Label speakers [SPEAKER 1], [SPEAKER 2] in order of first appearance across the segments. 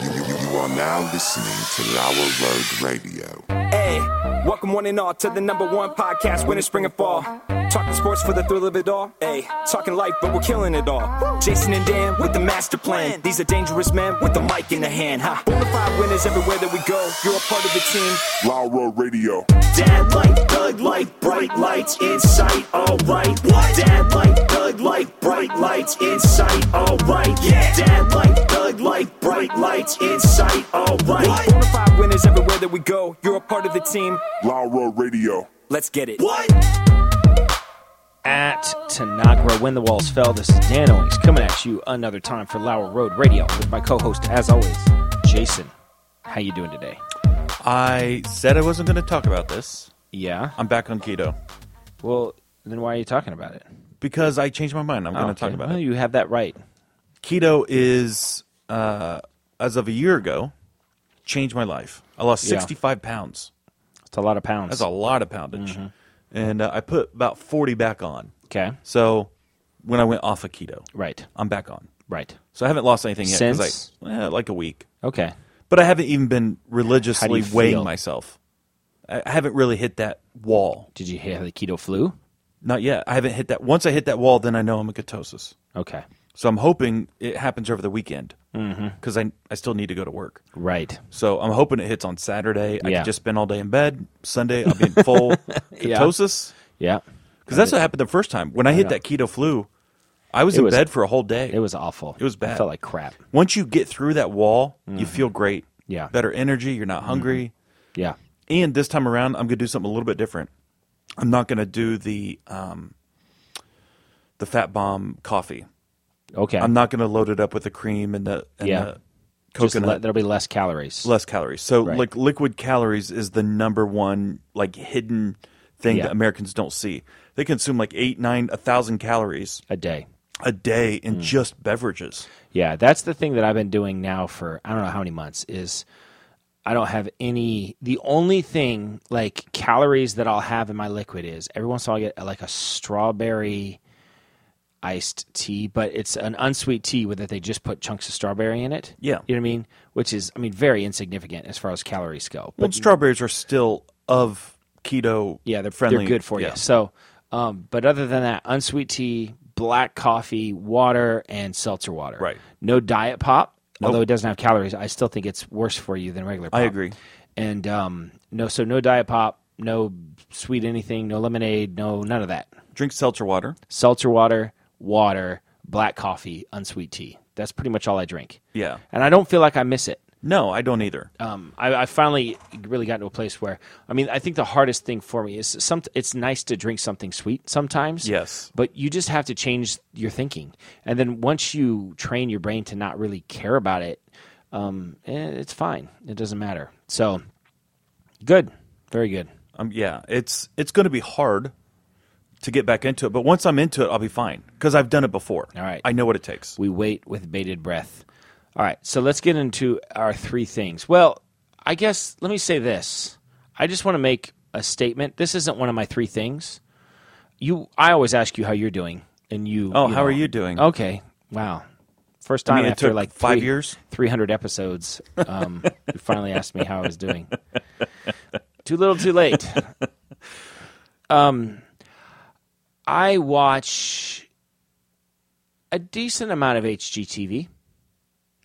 [SPEAKER 1] You are now listening to Lower Road Radio.
[SPEAKER 2] Hey, welcome one and all to the number one podcast, winter, spring, and fall. Talking sports for the thrill of it all. Hey, talking life, but we're killing it all. Jason and Dan with the master plan. These are dangerous men with the mic in the hand. Ha! Bonafide winners everywhere that we go. You're a part of the team.
[SPEAKER 1] Laura Radio.
[SPEAKER 2] Dad light, thug light, bright lights in sight, alright. What? Dad light, thug light, bright lights in sight, alright. Yeah. Dad light, thug light, bright lights in sight, alright. Bonafide winners everywhere that we go. You're a part of the team.
[SPEAKER 1] Laura Radio.
[SPEAKER 2] Let's get it.
[SPEAKER 3] at Tanagra when the walls fell. This is Dan Owings coming at you another time for Lower Road Radio with my co-host, as always, Jason. How you doing today?
[SPEAKER 4] I said I wasn't going to talk about this.
[SPEAKER 3] Yeah.
[SPEAKER 4] I'm back on keto
[SPEAKER 3] Well, then why are you talking about it?
[SPEAKER 4] because I changed my mind. I'm going to talk about
[SPEAKER 3] Oh, well,
[SPEAKER 4] it.
[SPEAKER 3] You have that right.
[SPEAKER 4] Keto is, uh, as of a year ago, changed my life. I lost
[SPEAKER 3] Yeah.
[SPEAKER 4] 65 pounds.
[SPEAKER 3] It's a lot of pounds.
[SPEAKER 4] That's a lot of poundage.
[SPEAKER 3] Mm-hmm.
[SPEAKER 4] And uh, I put about 40 back on.
[SPEAKER 3] Okay.
[SPEAKER 4] So when I went off of keto,
[SPEAKER 3] Right.
[SPEAKER 4] I'm back on.
[SPEAKER 3] Right.
[SPEAKER 4] So I haven't lost anything yet. 'cause
[SPEAKER 3] Since?
[SPEAKER 4] I, eh, like a week.
[SPEAKER 3] Okay.
[SPEAKER 4] But I haven't even been religiously
[SPEAKER 3] feel?
[SPEAKER 4] weighing myself. I I haven't really hit that wall.
[SPEAKER 3] Did you hear the keto flu?
[SPEAKER 4] Not yet. I haven't hit that. Once I hit that wall, then I know I'm in ketosis.
[SPEAKER 3] Okay.
[SPEAKER 4] So I'm hoping it happens over the weekend
[SPEAKER 3] Mm-hmm.
[SPEAKER 4] because I I still need to go to work.
[SPEAKER 3] Right.
[SPEAKER 4] So I'm hoping it hits on Saturday. I
[SPEAKER 3] Yeah.
[SPEAKER 4] can just spend all day in bed. Sunday I'll be in full
[SPEAKER 3] Yeah.
[SPEAKER 4] ketosis
[SPEAKER 3] Yeah.
[SPEAKER 4] because that's what happened the first time when I hit that keto flu. I was
[SPEAKER 3] It
[SPEAKER 4] in
[SPEAKER 3] was-
[SPEAKER 4] bed for a whole day.
[SPEAKER 3] It was awful.
[SPEAKER 4] It was bad.
[SPEAKER 3] I felt like crap.
[SPEAKER 4] Once you get through that wall, you feel great.
[SPEAKER 3] Mm-hmm. Yeah. Mm-hmm.
[SPEAKER 4] better energy. You're not hungry.
[SPEAKER 3] Yeah.
[SPEAKER 4] And this time around, I'm gonna do something a little bit different. I'm not gonna do the um, the fat bomb coffee.
[SPEAKER 3] Okay.
[SPEAKER 4] I'm not going to load it up with the cream and the, and
[SPEAKER 3] Yeah.
[SPEAKER 4] the
[SPEAKER 3] Just
[SPEAKER 4] coconut.
[SPEAKER 3] let- there'll be less calories.
[SPEAKER 4] less calories. So
[SPEAKER 3] Right.
[SPEAKER 4] like liquid calories is the number one like hidden thing
[SPEAKER 3] Yeah.
[SPEAKER 4] that Americans don't see. They consume like eight, nine, a thousand calories
[SPEAKER 3] a day.
[SPEAKER 4] a day in
[SPEAKER 3] Mm.
[SPEAKER 4] just beverages.
[SPEAKER 3] Yeah, that's the thing that I've been doing now for I don't know how many months is I don't have any the only thing like calories that I'll have in my liquid is every once in a while I get like a strawberry iced tea, but it's an unsweet tea with that they just put chunks of strawberry in it.
[SPEAKER 4] Yeah.
[SPEAKER 3] You know what I mean? Which is I mean very insignificant as far as calories go. But
[SPEAKER 4] Well, strawberries are still of keto.
[SPEAKER 3] yeah, they're
[SPEAKER 4] friendly.
[SPEAKER 3] They're good for
[SPEAKER 4] yeah.
[SPEAKER 3] you. So, um, but other than that, unsweet tea, black coffee, water, and seltzer water.
[SPEAKER 4] Right.
[SPEAKER 3] No diet pop. Although it doesn't have calories, I still think it's worse for you than regular. pop.
[SPEAKER 4] I agree.
[SPEAKER 3] And um, no, so no diet pop, no sweet anything, no lemonade, no none of that.
[SPEAKER 4] Drink seltzer water.
[SPEAKER 3] Seltzer water, water, black coffee, unsweet tea. That's pretty much all I drink.
[SPEAKER 4] Yeah.
[SPEAKER 3] And I don't feel like I miss it
[SPEAKER 4] No, I don't either.
[SPEAKER 3] um, I, I finally really got to a place where I mean I think the hardest thing for me is some. It's nice to drink something sweet sometimes.
[SPEAKER 4] Yes.
[SPEAKER 3] but you just have to change your thinking, and then once you train your brain to not really care about it, um, eh, it's fine. It doesn't matter. So good, very good.
[SPEAKER 4] Um, yeah, it's it's going to be hard to get back into it, but once I'm into it, I'll be fine because I've done it before.
[SPEAKER 3] All right.
[SPEAKER 4] I know what it takes.
[SPEAKER 3] We wait with bated breath. All right, so let's get into our three things. Well, I guess let me say this. I just want to make a statement. This isn't one of my three things. You, I always ask you how you're doing, and you.
[SPEAKER 4] Oh, how are you doing?
[SPEAKER 3] Okay, wow. First time
[SPEAKER 4] mean, it
[SPEAKER 3] after
[SPEAKER 4] took
[SPEAKER 3] like
[SPEAKER 4] five
[SPEAKER 3] three-
[SPEAKER 4] years?
[SPEAKER 3] 300 episodes, um, you finally asked me how I was doing. Too little, too late. Um, I watch a decent amount of HGTV.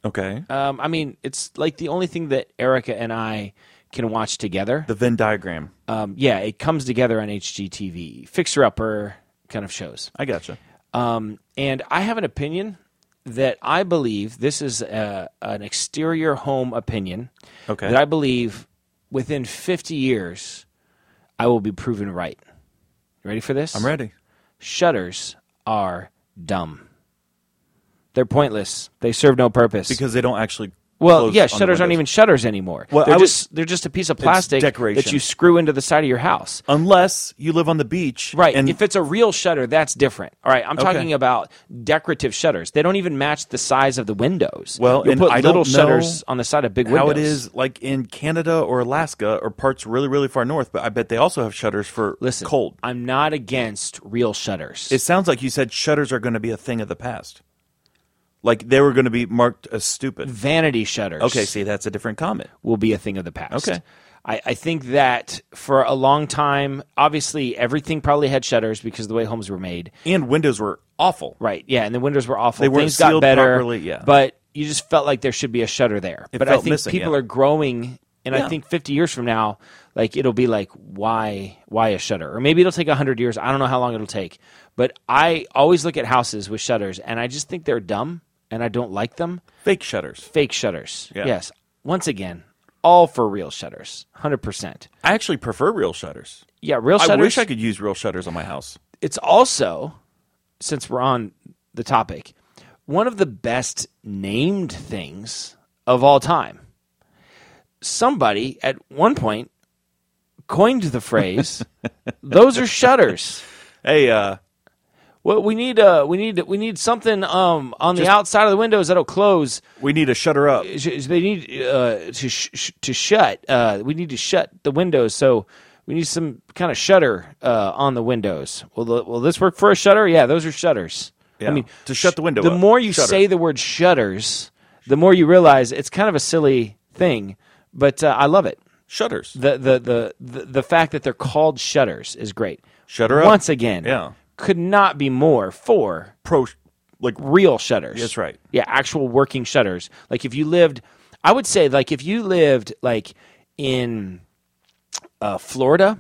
[SPEAKER 4] Okay.
[SPEAKER 3] Um, I mean, it's like the only thing that Erica and I can watch together.
[SPEAKER 4] the Venn diagram.
[SPEAKER 3] Um, yeah, it comes together on HGTV, fixer upper kind of shows.
[SPEAKER 4] I gotcha.
[SPEAKER 3] Um, and I have an opinion that I believe this is a, an exterior home opinion.
[SPEAKER 4] Okay.
[SPEAKER 3] That I believe within 50 years, I will be proven right. You ready for this?
[SPEAKER 4] I'm ready.
[SPEAKER 3] Shutters are dumb. They're pointless. They serve no purpose.
[SPEAKER 4] Because they don't actually.
[SPEAKER 3] Well,
[SPEAKER 4] close
[SPEAKER 3] yeah,
[SPEAKER 4] on the
[SPEAKER 3] shutters aren't even
[SPEAKER 4] windows.
[SPEAKER 3] shutters anymore.
[SPEAKER 4] Well,
[SPEAKER 3] they're
[SPEAKER 4] I was-
[SPEAKER 3] just they're just a piece of plastic that
[SPEAKER 4] decoration.
[SPEAKER 3] you screw into the side of your house.
[SPEAKER 4] Unless you live on the beach.
[SPEAKER 3] Right.
[SPEAKER 4] And
[SPEAKER 3] if it's a real shutter, that's different. All right. I'm talking about decorative shutters. They don't even match the size of the windows.
[SPEAKER 4] Well,
[SPEAKER 3] you
[SPEAKER 4] and
[SPEAKER 3] put
[SPEAKER 4] I
[SPEAKER 3] little
[SPEAKER 4] don't
[SPEAKER 3] shutters
[SPEAKER 4] know
[SPEAKER 3] on the side of big windows.
[SPEAKER 4] how it is like in Canada or Alaska or parts really, really far north, but I bet they also have shutters for
[SPEAKER 3] Listen,
[SPEAKER 4] cold.
[SPEAKER 3] I'm not against real shutters.
[SPEAKER 4] It sounds like you said shutters are going to be a thing of the past. Like they were going to be marked as stupid.
[SPEAKER 3] Vanity shutters.
[SPEAKER 4] Okay, see, that's a different comment.
[SPEAKER 3] will be a thing of the past.
[SPEAKER 4] Okay.
[SPEAKER 3] I, I think that for a long time, obviously everything probably had shutters because of the way homes were made.
[SPEAKER 4] And windows were awful.
[SPEAKER 3] Right. Yeah. And the windows were awful.
[SPEAKER 4] They weren't
[SPEAKER 3] Things got
[SPEAKER 4] sealed
[SPEAKER 3] better.
[SPEAKER 4] properly, yeah.
[SPEAKER 3] But you just felt like there should be a shutter there. but I
[SPEAKER 4] felt
[SPEAKER 3] think
[SPEAKER 4] missing,
[SPEAKER 3] people
[SPEAKER 4] yeah.
[SPEAKER 3] are growing. And I
[SPEAKER 4] Yeah.
[SPEAKER 3] think 50 years from now, like it'll be like, why, why a shutter? Or maybe it'll take 100 years. I don't know how long it'll take. But I always look at houses with shutters and I just think they're dumb and I don't like them.
[SPEAKER 4] Fake shutters.
[SPEAKER 3] Fake shutters.
[SPEAKER 4] Yeah.
[SPEAKER 3] Yes. Once again, all for real shutters. 100%.
[SPEAKER 4] I actually prefer real shutters.
[SPEAKER 3] Yeah, real shutters.
[SPEAKER 4] I wish I could use real shutters on my house.
[SPEAKER 3] It's also, since we're on the topic, one of the best named things of all time. Somebody at one point coined the phrase, "Those are shutters."
[SPEAKER 4] Hey, uh,
[SPEAKER 3] Well, we need uh, we need we need something um, on the outside of the windows that'll close.
[SPEAKER 4] we need to shutter up.
[SPEAKER 3] Sh- sh- They need uh, to sh- sh- to shut. Uh, we need to shut the windows. So we need some kind of shutter uh, on the windows. Will the, will this work for a shutter? Yeah, those are shutters.
[SPEAKER 4] Yeah,
[SPEAKER 3] I mean,
[SPEAKER 4] to shut the window
[SPEAKER 3] The
[SPEAKER 4] up.
[SPEAKER 3] more you
[SPEAKER 4] Shutter.
[SPEAKER 3] say the word shutters, the more you realize it's kind of a silly thing. But uh, I love it.
[SPEAKER 4] Shutters.
[SPEAKER 3] The, the the the the fact that they're called shutters is great.
[SPEAKER 4] Shutter up.
[SPEAKER 3] Once again,
[SPEAKER 4] Yeah.
[SPEAKER 3] could not be more for
[SPEAKER 4] Pro, like
[SPEAKER 3] real shutters.
[SPEAKER 4] That's right.
[SPEAKER 3] Yeah, actual working shutters. Like if you lived, I would say like if you lived like in uh, Florida,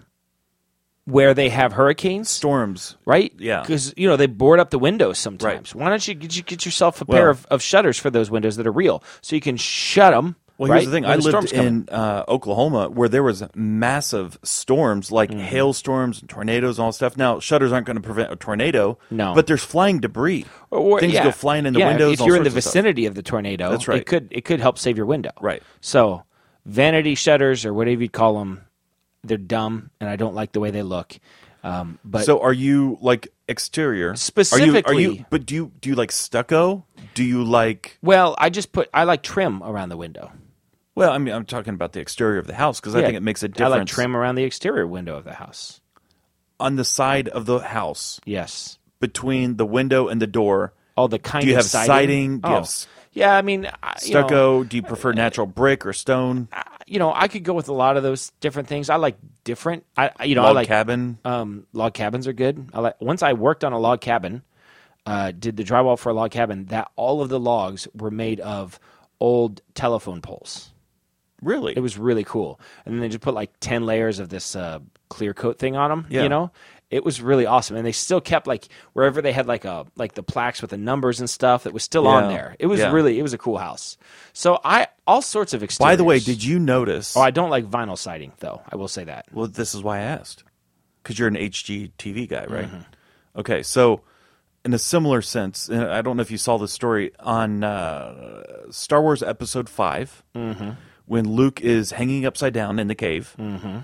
[SPEAKER 3] where they have hurricanes,
[SPEAKER 4] storms.
[SPEAKER 3] right?
[SPEAKER 4] Yeah.
[SPEAKER 3] because you know they board up the windows sometimes. Why don't you get, you get yourself a pair
[SPEAKER 4] Well-
[SPEAKER 3] of, of shutters for those windows that are real, so you can shut them.
[SPEAKER 4] Well,
[SPEAKER 3] right?
[SPEAKER 4] here's the thing.
[SPEAKER 3] when
[SPEAKER 4] I
[SPEAKER 3] storm's
[SPEAKER 4] lived
[SPEAKER 3] coming.
[SPEAKER 4] in uh, Oklahoma where there was massive storms, like
[SPEAKER 3] Mm-hmm.
[SPEAKER 4] hailstorms and tornadoes and all that stuff. Now, shutters aren't going to prevent a tornado.
[SPEAKER 3] No.
[SPEAKER 4] but there's flying debris.
[SPEAKER 3] Or-
[SPEAKER 4] Things
[SPEAKER 3] yeah.
[SPEAKER 4] go flying in the
[SPEAKER 3] Yeah,
[SPEAKER 4] windows.
[SPEAKER 3] If
[SPEAKER 4] all
[SPEAKER 3] you're in the
[SPEAKER 4] sorts of stuff.
[SPEAKER 3] vicinity of the tornado,
[SPEAKER 4] That's right.
[SPEAKER 3] It could it could help save your window.
[SPEAKER 4] Right.
[SPEAKER 3] So vanity shutters or whatever you'd call them, they're dumb, and I don't like the way they look. Um, but
[SPEAKER 4] So, are you like exterior Are you- Are you,
[SPEAKER 3] Specifically-
[SPEAKER 4] but do you do you like stucco? Do you like?
[SPEAKER 3] well, I just put I like trim around the window.
[SPEAKER 4] Well, I mean, I'm talking about the exterior of the house because I
[SPEAKER 3] Yeah.
[SPEAKER 4] think it makes a
[SPEAKER 3] I
[SPEAKER 4] difference.
[SPEAKER 3] like trim around the exterior window of the house.
[SPEAKER 4] on the side of the house
[SPEAKER 3] Yes.
[SPEAKER 4] between the window and the door.
[SPEAKER 3] All the kind
[SPEAKER 4] Do you
[SPEAKER 3] of
[SPEAKER 4] have siding?
[SPEAKER 3] siding. Oh.
[SPEAKER 4] Do you have s-
[SPEAKER 3] Yeah, I mean, I, you know-
[SPEAKER 4] Stucco. do you prefer natural brick or stone?
[SPEAKER 3] you know, I could go with a lot of those different things. I like different. I I- you know, I
[SPEAKER 4] Log
[SPEAKER 3] like
[SPEAKER 4] cabin.
[SPEAKER 3] um, log cabins are good. I like once I worked on a log cabin, uh, did the drywall for a log cabin that all of the logs were made of old telephone poles.
[SPEAKER 4] Really?
[SPEAKER 3] It was really cool, and then they just put like ten layers of this uh, clear coat thing on them.
[SPEAKER 4] Yeah.
[SPEAKER 3] You know, it was really awesome, and they still kept like wherever they had like a like the plaques with the numbers and stuff that was still on
[SPEAKER 4] Yeah.
[SPEAKER 3] there. It was
[SPEAKER 4] Yeah.
[SPEAKER 3] really it was a cool house. So I all sorts of exteriors.
[SPEAKER 4] By the way, did you notice?
[SPEAKER 3] Oh, I don't like vinyl siding though. I will say that.
[SPEAKER 4] well, this is why I asked, because you're an HGTV guy, right? Okay, so in a similar sense, and I don't know if you saw the story on uh, Star Wars Episode 5 when Luke is hanging upside down in the cave, and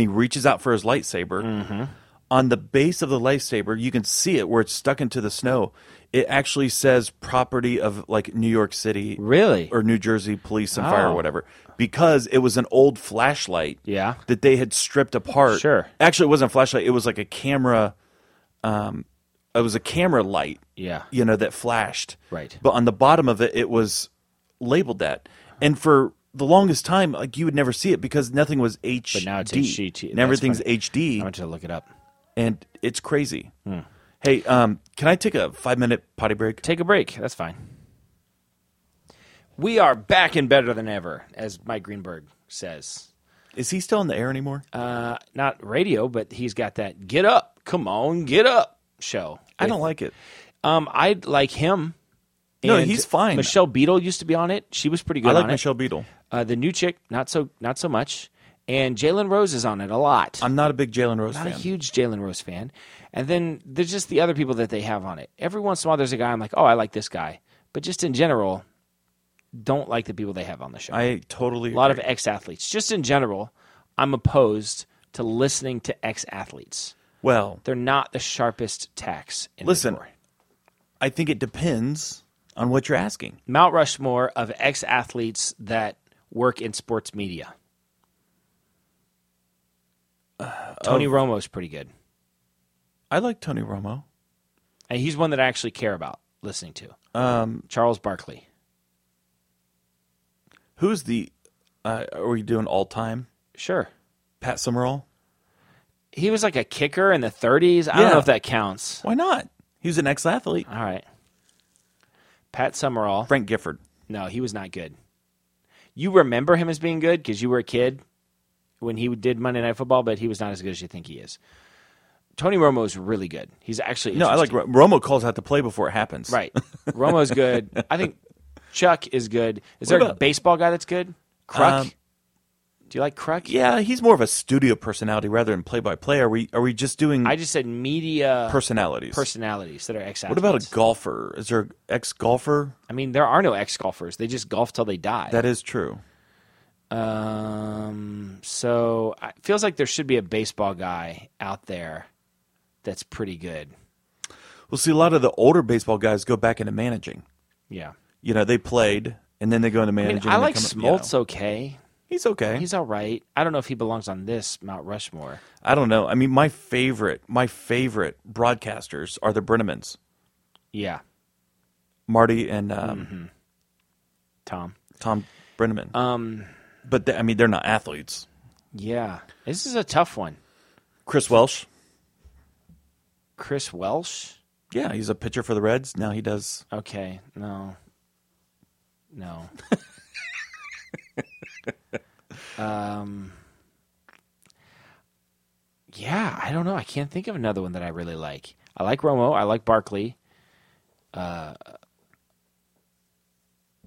[SPEAKER 4] he reaches out for his lightsaber. On the base of the lightsaber, you can see it where it's stuck into the snow. It actually says property of like New York City
[SPEAKER 3] Really?
[SPEAKER 4] or New Jersey police and fire
[SPEAKER 3] Oh.
[SPEAKER 4] or whatever because it was an old flashlight
[SPEAKER 3] Yeah.
[SPEAKER 4] that they had stripped apart.
[SPEAKER 3] Sure.
[SPEAKER 4] Actually, it wasn't a flashlight. It was like a camera. Um, it was a camera light.
[SPEAKER 3] Yeah.
[SPEAKER 4] You know that flashed.
[SPEAKER 3] Right.
[SPEAKER 4] But on the bottom of it, it was labeled that, and for the longest time, like you would never see it because nothing was HD.
[SPEAKER 3] now it's HGT.
[SPEAKER 4] And
[SPEAKER 3] That's
[SPEAKER 4] everything's
[SPEAKER 3] funny. I
[SPEAKER 4] HD,
[SPEAKER 3] want you to look it up.
[SPEAKER 4] and it's crazy.
[SPEAKER 3] Hmm.
[SPEAKER 4] Hey, um, can I take a five minute potty break?
[SPEAKER 3] Take a break. That's fine. We are back and better than ever, as Mike Greenberg says.
[SPEAKER 4] Is he still in the air anymore?
[SPEAKER 3] Uh, not radio, but he's got that "Get Up, Come On, Get Up" show.
[SPEAKER 4] I don't like it.
[SPEAKER 3] Um, I like him.
[SPEAKER 4] No,
[SPEAKER 3] And
[SPEAKER 4] he's fine.
[SPEAKER 3] Michelle Beadle used to be on it. She was pretty good
[SPEAKER 4] I like
[SPEAKER 3] on
[SPEAKER 4] Michelle Beadle.
[SPEAKER 3] it. Uh, the new chick, not so, not so much. And Jalen Rose is on it a lot.
[SPEAKER 4] I'm not a big Jalen Rose
[SPEAKER 3] not
[SPEAKER 4] fan.
[SPEAKER 3] a huge Jalen Rose fan. And then there's just the other people that they have on it. Every once in a while, there's a guy I'm like, oh, I like this guy. But just in general, don't like the people they have on the show.
[SPEAKER 4] I totally
[SPEAKER 3] a lot of ex athletes. Just in general, I'm opposed to listening to ex athletes.
[SPEAKER 4] well.
[SPEAKER 3] They're not the sharpest tax. In
[SPEAKER 4] Listen. I think it depends on what you're asking.
[SPEAKER 3] Mount Rushmore of ex athletes that work in sports media.
[SPEAKER 4] Uh,
[SPEAKER 3] Tony Romo's pretty good.
[SPEAKER 4] I like Tony Romo.
[SPEAKER 3] And he's one that I actually care about listening to.
[SPEAKER 4] Um,
[SPEAKER 3] Charles Barkley.
[SPEAKER 4] Who's the? Uh, are we doing all time?
[SPEAKER 3] Sure.
[SPEAKER 4] Pat Summerall?
[SPEAKER 3] He was like a kicker in the 30s. I don't
[SPEAKER 4] Yeah.
[SPEAKER 3] know if that counts.
[SPEAKER 4] Why not? He was an ex-athlete.
[SPEAKER 3] All right. Pat Summerall.
[SPEAKER 4] Frank Gifford.
[SPEAKER 3] No, he was not good. You remember him as being good because you were a kid when he did Monday Night Football, but he was not as good as you think he is. Tony Romo is really good. He's actually
[SPEAKER 4] No, I like
[SPEAKER 3] interesting.
[SPEAKER 4] Ro- Romo calls out the play before it happens.
[SPEAKER 3] right. Romo's good. I think Chuck is good. Is
[SPEAKER 4] What
[SPEAKER 3] there a
[SPEAKER 4] about-
[SPEAKER 3] baseball guy that's good? Cruck.
[SPEAKER 4] Um,
[SPEAKER 3] Do you like Cruck?
[SPEAKER 4] Yeah, he's more of a studio personality rather than play-by-play. Are we? Are we just doing
[SPEAKER 3] I just said media
[SPEAKER 4] personalities?
[SPEAKER 3] personalities that are ex.
[SPEAKER 4] what about a golfer? Is there an ex-golfer?
[SPEAKER 3] I mean, there are no ex golfers. They just golf till they die.
[SPEAKER 4] That is true.
[SPEAKER 3] Um, so I- it feels like there should be a baseball guy out there that's pretty good.
[SPEAKER 4] We'll see a lot of the older baseball guys go back into managing.
[SPEAKER 3] Yeah.
[SPEAKER 4] You know, they played and then they go into
[SPEAKER 3] I mean,
[SPEAKER 4] managing.
[SPEAKER 3] I
[SPEAKER 4] and they
[SPEAKER 3] like
[SPEAKER 4] come up- you
[SPEAKER 3] Smoltz
[SPEAKER 4] know.
[SPEAKER 3] okay.
[SPEAKER 4] He's okay.
[SPEAKER 3] He's all right. I don't know if he belongs on this Mount Rushmore.
[SPEAKER 4] I don't know. I mean, my favorite, my favorite broadcasters are the Brennemans,
[SPEAKER 3] Yeah,
[SPEAKER 4] Marty and um,
[SPEAKER 3] Mm-hmm. Tom.
[SPEAKER 4] Tom Brenneman.
[SPEAKER 3] Uh,
[SPEAKER 4] Um, but they, I mean, they're not athletes.
[SPEAKER 3] Yeah. This is a tough one.
[SPEAKER 4] Chris Welsh,
[SPEAKER 3] Chris Welsh?
[SPEAKER 4] yeah, he's a pitcher for the Reds. Now he does.
[SPEAKER 3] Okay. No. No. um Yeah, I don't know. I can't think of another one that I really like. I like Romo, I like Barkley. Uh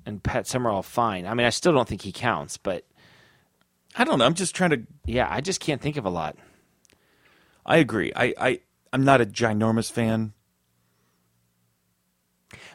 [SPEAKER 3] and Pat Summerall fine. I mean, I still don't think he counts, but
[SPEAKER 4] I don't know. I'm just trying to.
[SPEAKER 3] yeah, I just can't think of a lot.
[SPEAKER 4] I agree. I, I I'm not a ginormous fan.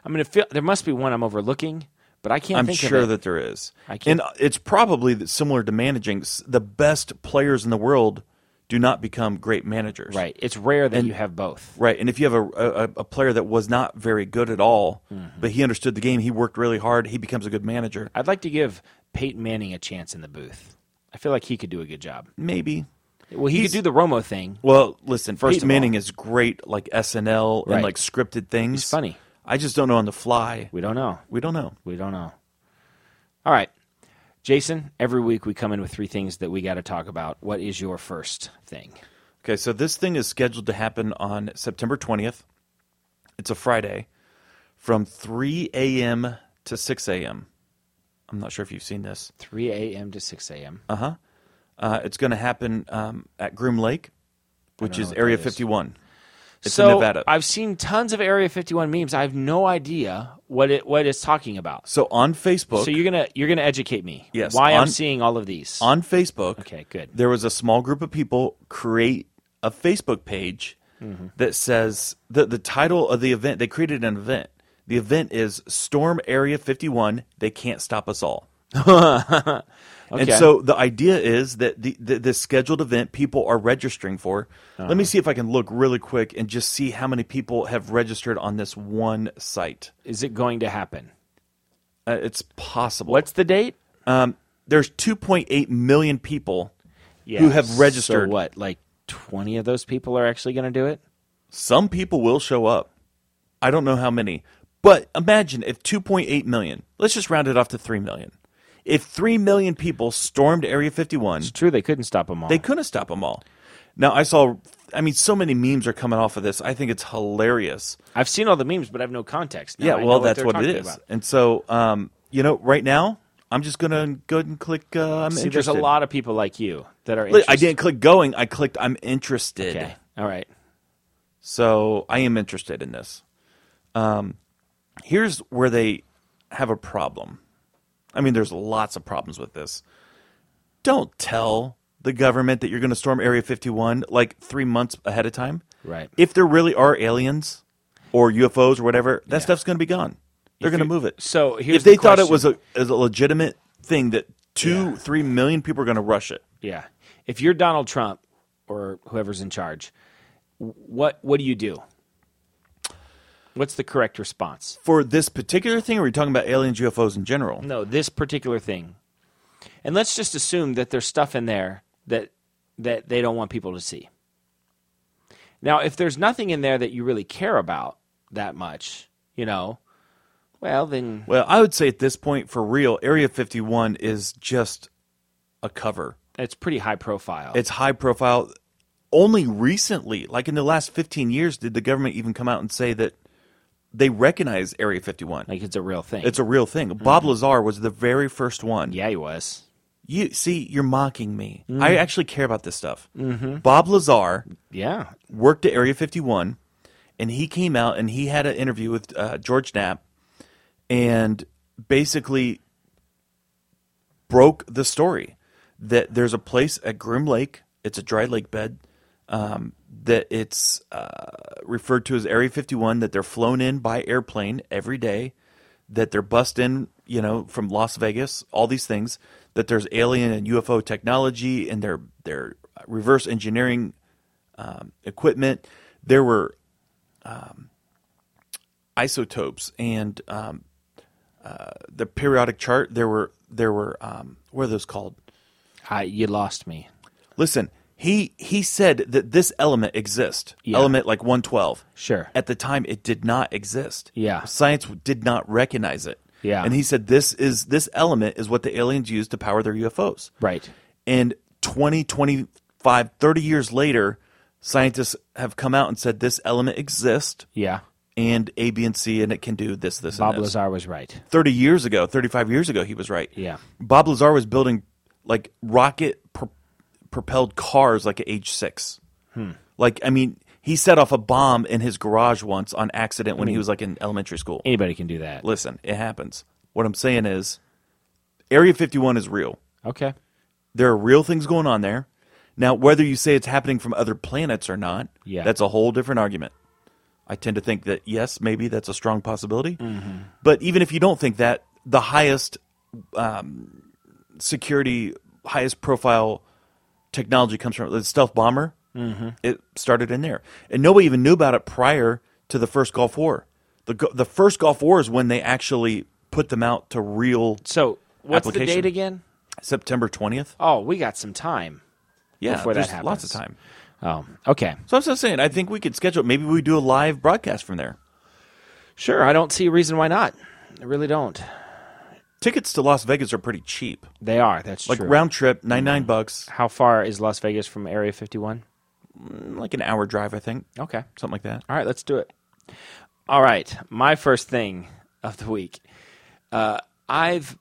[SPEAKER 3] I mean, it feel, there must be one I'm overlooking, but I can't
[SPEAKER 4] I'm
[SPEAKER 3] think
[SPEAKER 4] sure
[SPEAKER 3] of it.
[SPEAKER 4] that there is.
[SPEAKER 3] I can't-
[SPEAKER 4] And it's probably that similar to managing. S- The best players in the world do not become great managers.
[SPEAKER 3] right. It's rare that you have both.
[SPEAKER 4] Right. And if you have a, a, a player that was not very good at all,
[SPEAKER 3] Mm-hmm.
[SPEAKER 4] but he understood the game, he worked really hard, he becomes a good manager.
[SPEAKER 3] I'd like to give Peyton Manning a chance in the booth. I feel like he could do a good job.
[SPEAKER 4] Maybe.
[SPEAKER 3] Well, he
[SPEAKER 4] He's-
[SPEAKER 3] could do the Romo thing.
[SPEAKER 4] Well, listen,
[SPEAKER 3] First
[SPEAKER 4] First
[SPEAKER 3] of
[SPEAKER 4] Peyton Manning
[SPEAKER 3] all-
[SPEAKER 4] is great, like SNL
[SPEAKER 3] Right.
[SPEAKER 4] and like scripted things.
[SPEAKER 3] He's funny.
[SPEAKER 4] I just don't know on the fly.
[SPEAKER 3] We don't know.
[SPEAKER 4] We don't know.
[SPEAKER 3] We don't know. All right. Jason, every week we come in with three things that we got to talk about. What is your first thing?
[SPEAKER 4] Okay, so this thing is scheduled to happen on September 20th. It's a Friday from 3 a.m. to 6 a.m. I'm not sure if you've seen this.
[SPEAKER 3] 3 a.m. to 6 a.m.
[SPEAKER 4] Uh, it's going to happen um, at Groom Lake, which
[SPEAKER 3] don't know
[SPEAKER 4] is
[SPEAKER 3] what
[SPEAKER 4] Area
[SPEAKER 3] that is.
[SPEAKER 4] 51. It's
[SPEAKER 3] so
[SPEAKER 4] in Nevada.
[SPEAKER 3] I've seen tons of Area 51 memes. I have no idea what it what it's talking about.
[SPEAKER 4] so on Facebook,
[SPEAKER 3] So you're gonna you're gonna educate me.
[SPEAKER 4] Yes,
[SPEAKER 3] Why I'm
[SPEAKER 4] on-
[SPEAKER 3] seeing all of these.
[SPEAKER 4] on Facebook,
[SPEAKER 3] okay, good.
[SPEAKER 4] there was a small group of people create a Facebook page
[SPEAKER 3] Mm-hmm.
[SPEAKER 4] that says the the title of the event. They created an event. The event is Storm Area 51. They can't stop us all. And
[SPEAKER 3] Okay.
[SPEAKER 4] so the idea is that the, the this scheduled event people are registering for. Let
[SPEAKER 3] Uh-huh.
[SPEAKER 4] me see if I can look really quick and just see how many people have registered on this one site.
[SPEAKER 3] Is it going to happen?
[SPEAKER 4] Uh, it's possible. Um,
[SPEAKER 3] What's the date?
[SPEAKER 4] There's 2.8 million people
[SPEAKER 3] yeah,
[SPEAKER 4] who have registered.
[SPEAKER 3] So what, like 20 of those people are actually going to do it?
[SPEAKER 4] Some people will show up. I don't know how many, but imagine if 2.8 million, let's just round it off to 3 million. If 3 million people stormed Area 51,
[SPEAKER 3] It's true, they couldn't stop them all.
[SPEAKER 4] they couldn't stop them all. Now, I saw, I mean, so many memes are coming off of this. I think it's hilarious.
[SPEAKER 3] I've seen all the memes, but I have no context. Now I
[SPEAKER 4] yeah,
[SPEAKER 3] know
[SPEAKER 4] well, that's
[SPEAKER 3] they're
[SPEAKER 4] what it
[SPEAKER 3] talking
[SPEAKER 4] is.
[SPEAKER 3] about.
[SPEAKER 4] And so, um, you know, right now, I'm just going to go ahead and click uh, I'm
[SPEAKER 3] See,
[SPEAKER 4] interested.
[SPEAKER 3] there's a lot of people like you that are.
[SPEAKER 4] Li- I
[SPEAKER 3] interested.
[SPEAKER 4] didn't click going, I clicked I'm interested.
[SPEAKER 3] Okay, all right.
[SPEAKER 4] So I am interested in this. Um, here's where they have a problem. I mean, there's lots of problems with this. Don't tell the government that you're going to storm Area 51 like three months ahead of time.
[SPEAKER 3] Right.
[SPEAKER 4] If there really are aliens or UFOs or whatever, that stuff's going to be gone. They're going to
[SPEAKER 3] you-
[SPEAKER 4] move it.
[SPEAKER 3] so here's
[SPEAKER 4] if they
[SPEAKER 3] the
[SPEAKER 4] thought it
[SPEAKER 3] question.
[SPEAKER 4] was a, as a legitimate thing that two,
[SPEAKER 3] Yeah.
[SPEAKER 4] three million people are going to rush it.
[SPEAKER 3] Yeah. If you're Donald Trump or whoever's in charge, w- what what do you do? What's the correct response?
[SPEAKER 4] For this particular thing, or are you talking about aliens, UFOs in general?
[SPEAKER 3] No, this particular thing. And let's just assume that there's stuff in there that that they don't want people to see. Now, if there's nothing in there that you really care about that much, you know, Well, then
[SPEAKER 4] Well, I would say at this point, for real, Area 51 is just a cover.
[SPEAKER 3] it's pretty high profile.
[SPEAKER 4] It's high profile. Only recently, like in the last 15 years, did the government even come out and say that they recognize Area 51.
[SPEAKER 3] like it's a real thing.
[SPEAKER 4] it's a real thing. Bob Lazar was the very first one.
[SPEAKER 3] yeah, he was.
[SPEAKER 4] You see, you're mocking me. I actually care about this stuff. Bob Lazar
[SPEAKER 3] Yeah,
[SPEAKER 4] worked at Area 51, and he came out and he had an interview with uh, George Knapp, and basically broke the story that there's a place at Grim Lake. It's a dry lake bed um, that it's uh, referred to as Area 51. That they're flown in by airplane every day. That they're bussed in, you know, from Las Vegas. All these things. That there's alien and UFO technology, and their their reverse engineering um, equipment. There were um, isotopes and um, uh, the periodic chart. There were there were um, what are those called?
[SPEAKER 3] I, you lost me.
[SPEAKER 4] Listen, he he said that this element exists.
[SPEAKER 3] Yeah.
[SPEAKER 4] Element like one twelve.
[SPEAKER 3] Sure.
[SPEAKER 4] At the time, it did not exist.
[SPEAKER 3] Yeah.
[SPEAKER 4] Science did not recognize it.
[SPEAKER 3] Yeah.
[SPEAKER 4] And he said this is this element is what the aliens use to power their UFOs.
[SPEAKER 3] Right.
[SPEAKER 4] And 20, 25, 30 years later, scientists have come out and said this element exists
[SPEAKER 3] Yeah,
[SPEAKER 4] and A, B, and C, and it can do this, this,
[SPEAKER 3] Bob
[SPEAKER 4] and this.
[SPEAKER 3] Lazar was right.
[SPEAKER 4] 30 years ago, 35 years ago, he was right.
[SPEAKER 3] Yeah.
[SPEAKER 4] Bob Lazar was building like rocket pro- propelled cars like at age six.
[SPEAKER 3] Hmm.
[SPEAKER 4] Like, I mean, he set off a bomb in his garage once on accident when he was like in elementary school.
[SPEAKER 3] Anybody can do that.
[SPEAKER 4] Listen, it happens. What I'm saying is Area 51 is real.
[SPEAKER 3] Okay.
[SPEAKER 4] There are real things going on there. Now, whether you say it's happening from other planets or not,
[SPEAKER 3] Yeah.
[SPEAKER 4] that's a whole different argument. I tend to think that yes, maybe that's a strong possibility.
[SPEAKER 3] Mm-hmm.
[SPEAKER 4] But even if you don't think that, the highest um, security, highest profile technology comes from the stealth bomber.
[SPEAKER 3] Mm-hmm.
[SPEAKER 4] It started in there, and nobody even knew about it prior to the first Gulf War. The gu- the first Gulf War is when they actually put them out to real
[SPEAKER 3] So what's the
[SPEAKER 4] Application.
[SPEAKER 3] date again?
[SPEAKER 4] September twentieth.
[SPEAKER 3] Oh, we got some time.
[SPEAKER 4] Yeah,
[SPEAKER 3] Before that
[SPEAKER 4] there's lots of
[SPEAKER 3] happens.
[SPEAKER 4] time.
[SPEAKER 3] Oh, okay.
[SPEAKER 4] So I'm just saying, I think we could schedule. Maybe we do a live broadcast from there.
[SPEAKER 3] Sure. I don't see a reason why not. I really don't.
[SPEAKER 4] Tickets to Las Vegas are pretty cheap,
[SPEAKER 3] They are. That's
[SPEAKER 4] like
[SPEAKER 3] true.
[SPEAKER 4] round trip, ninety nine bucks,
[SPEAKER 3] How far is Las Vegas from Area 51?
[SPEAKER 4] like an hour drive, I think,
[SPEAKER 3] Okay.
[SPEAKER 4] something like that.
[SPEAKER 3] All right, let's do it. All right, my first thing of the week. Uh, I've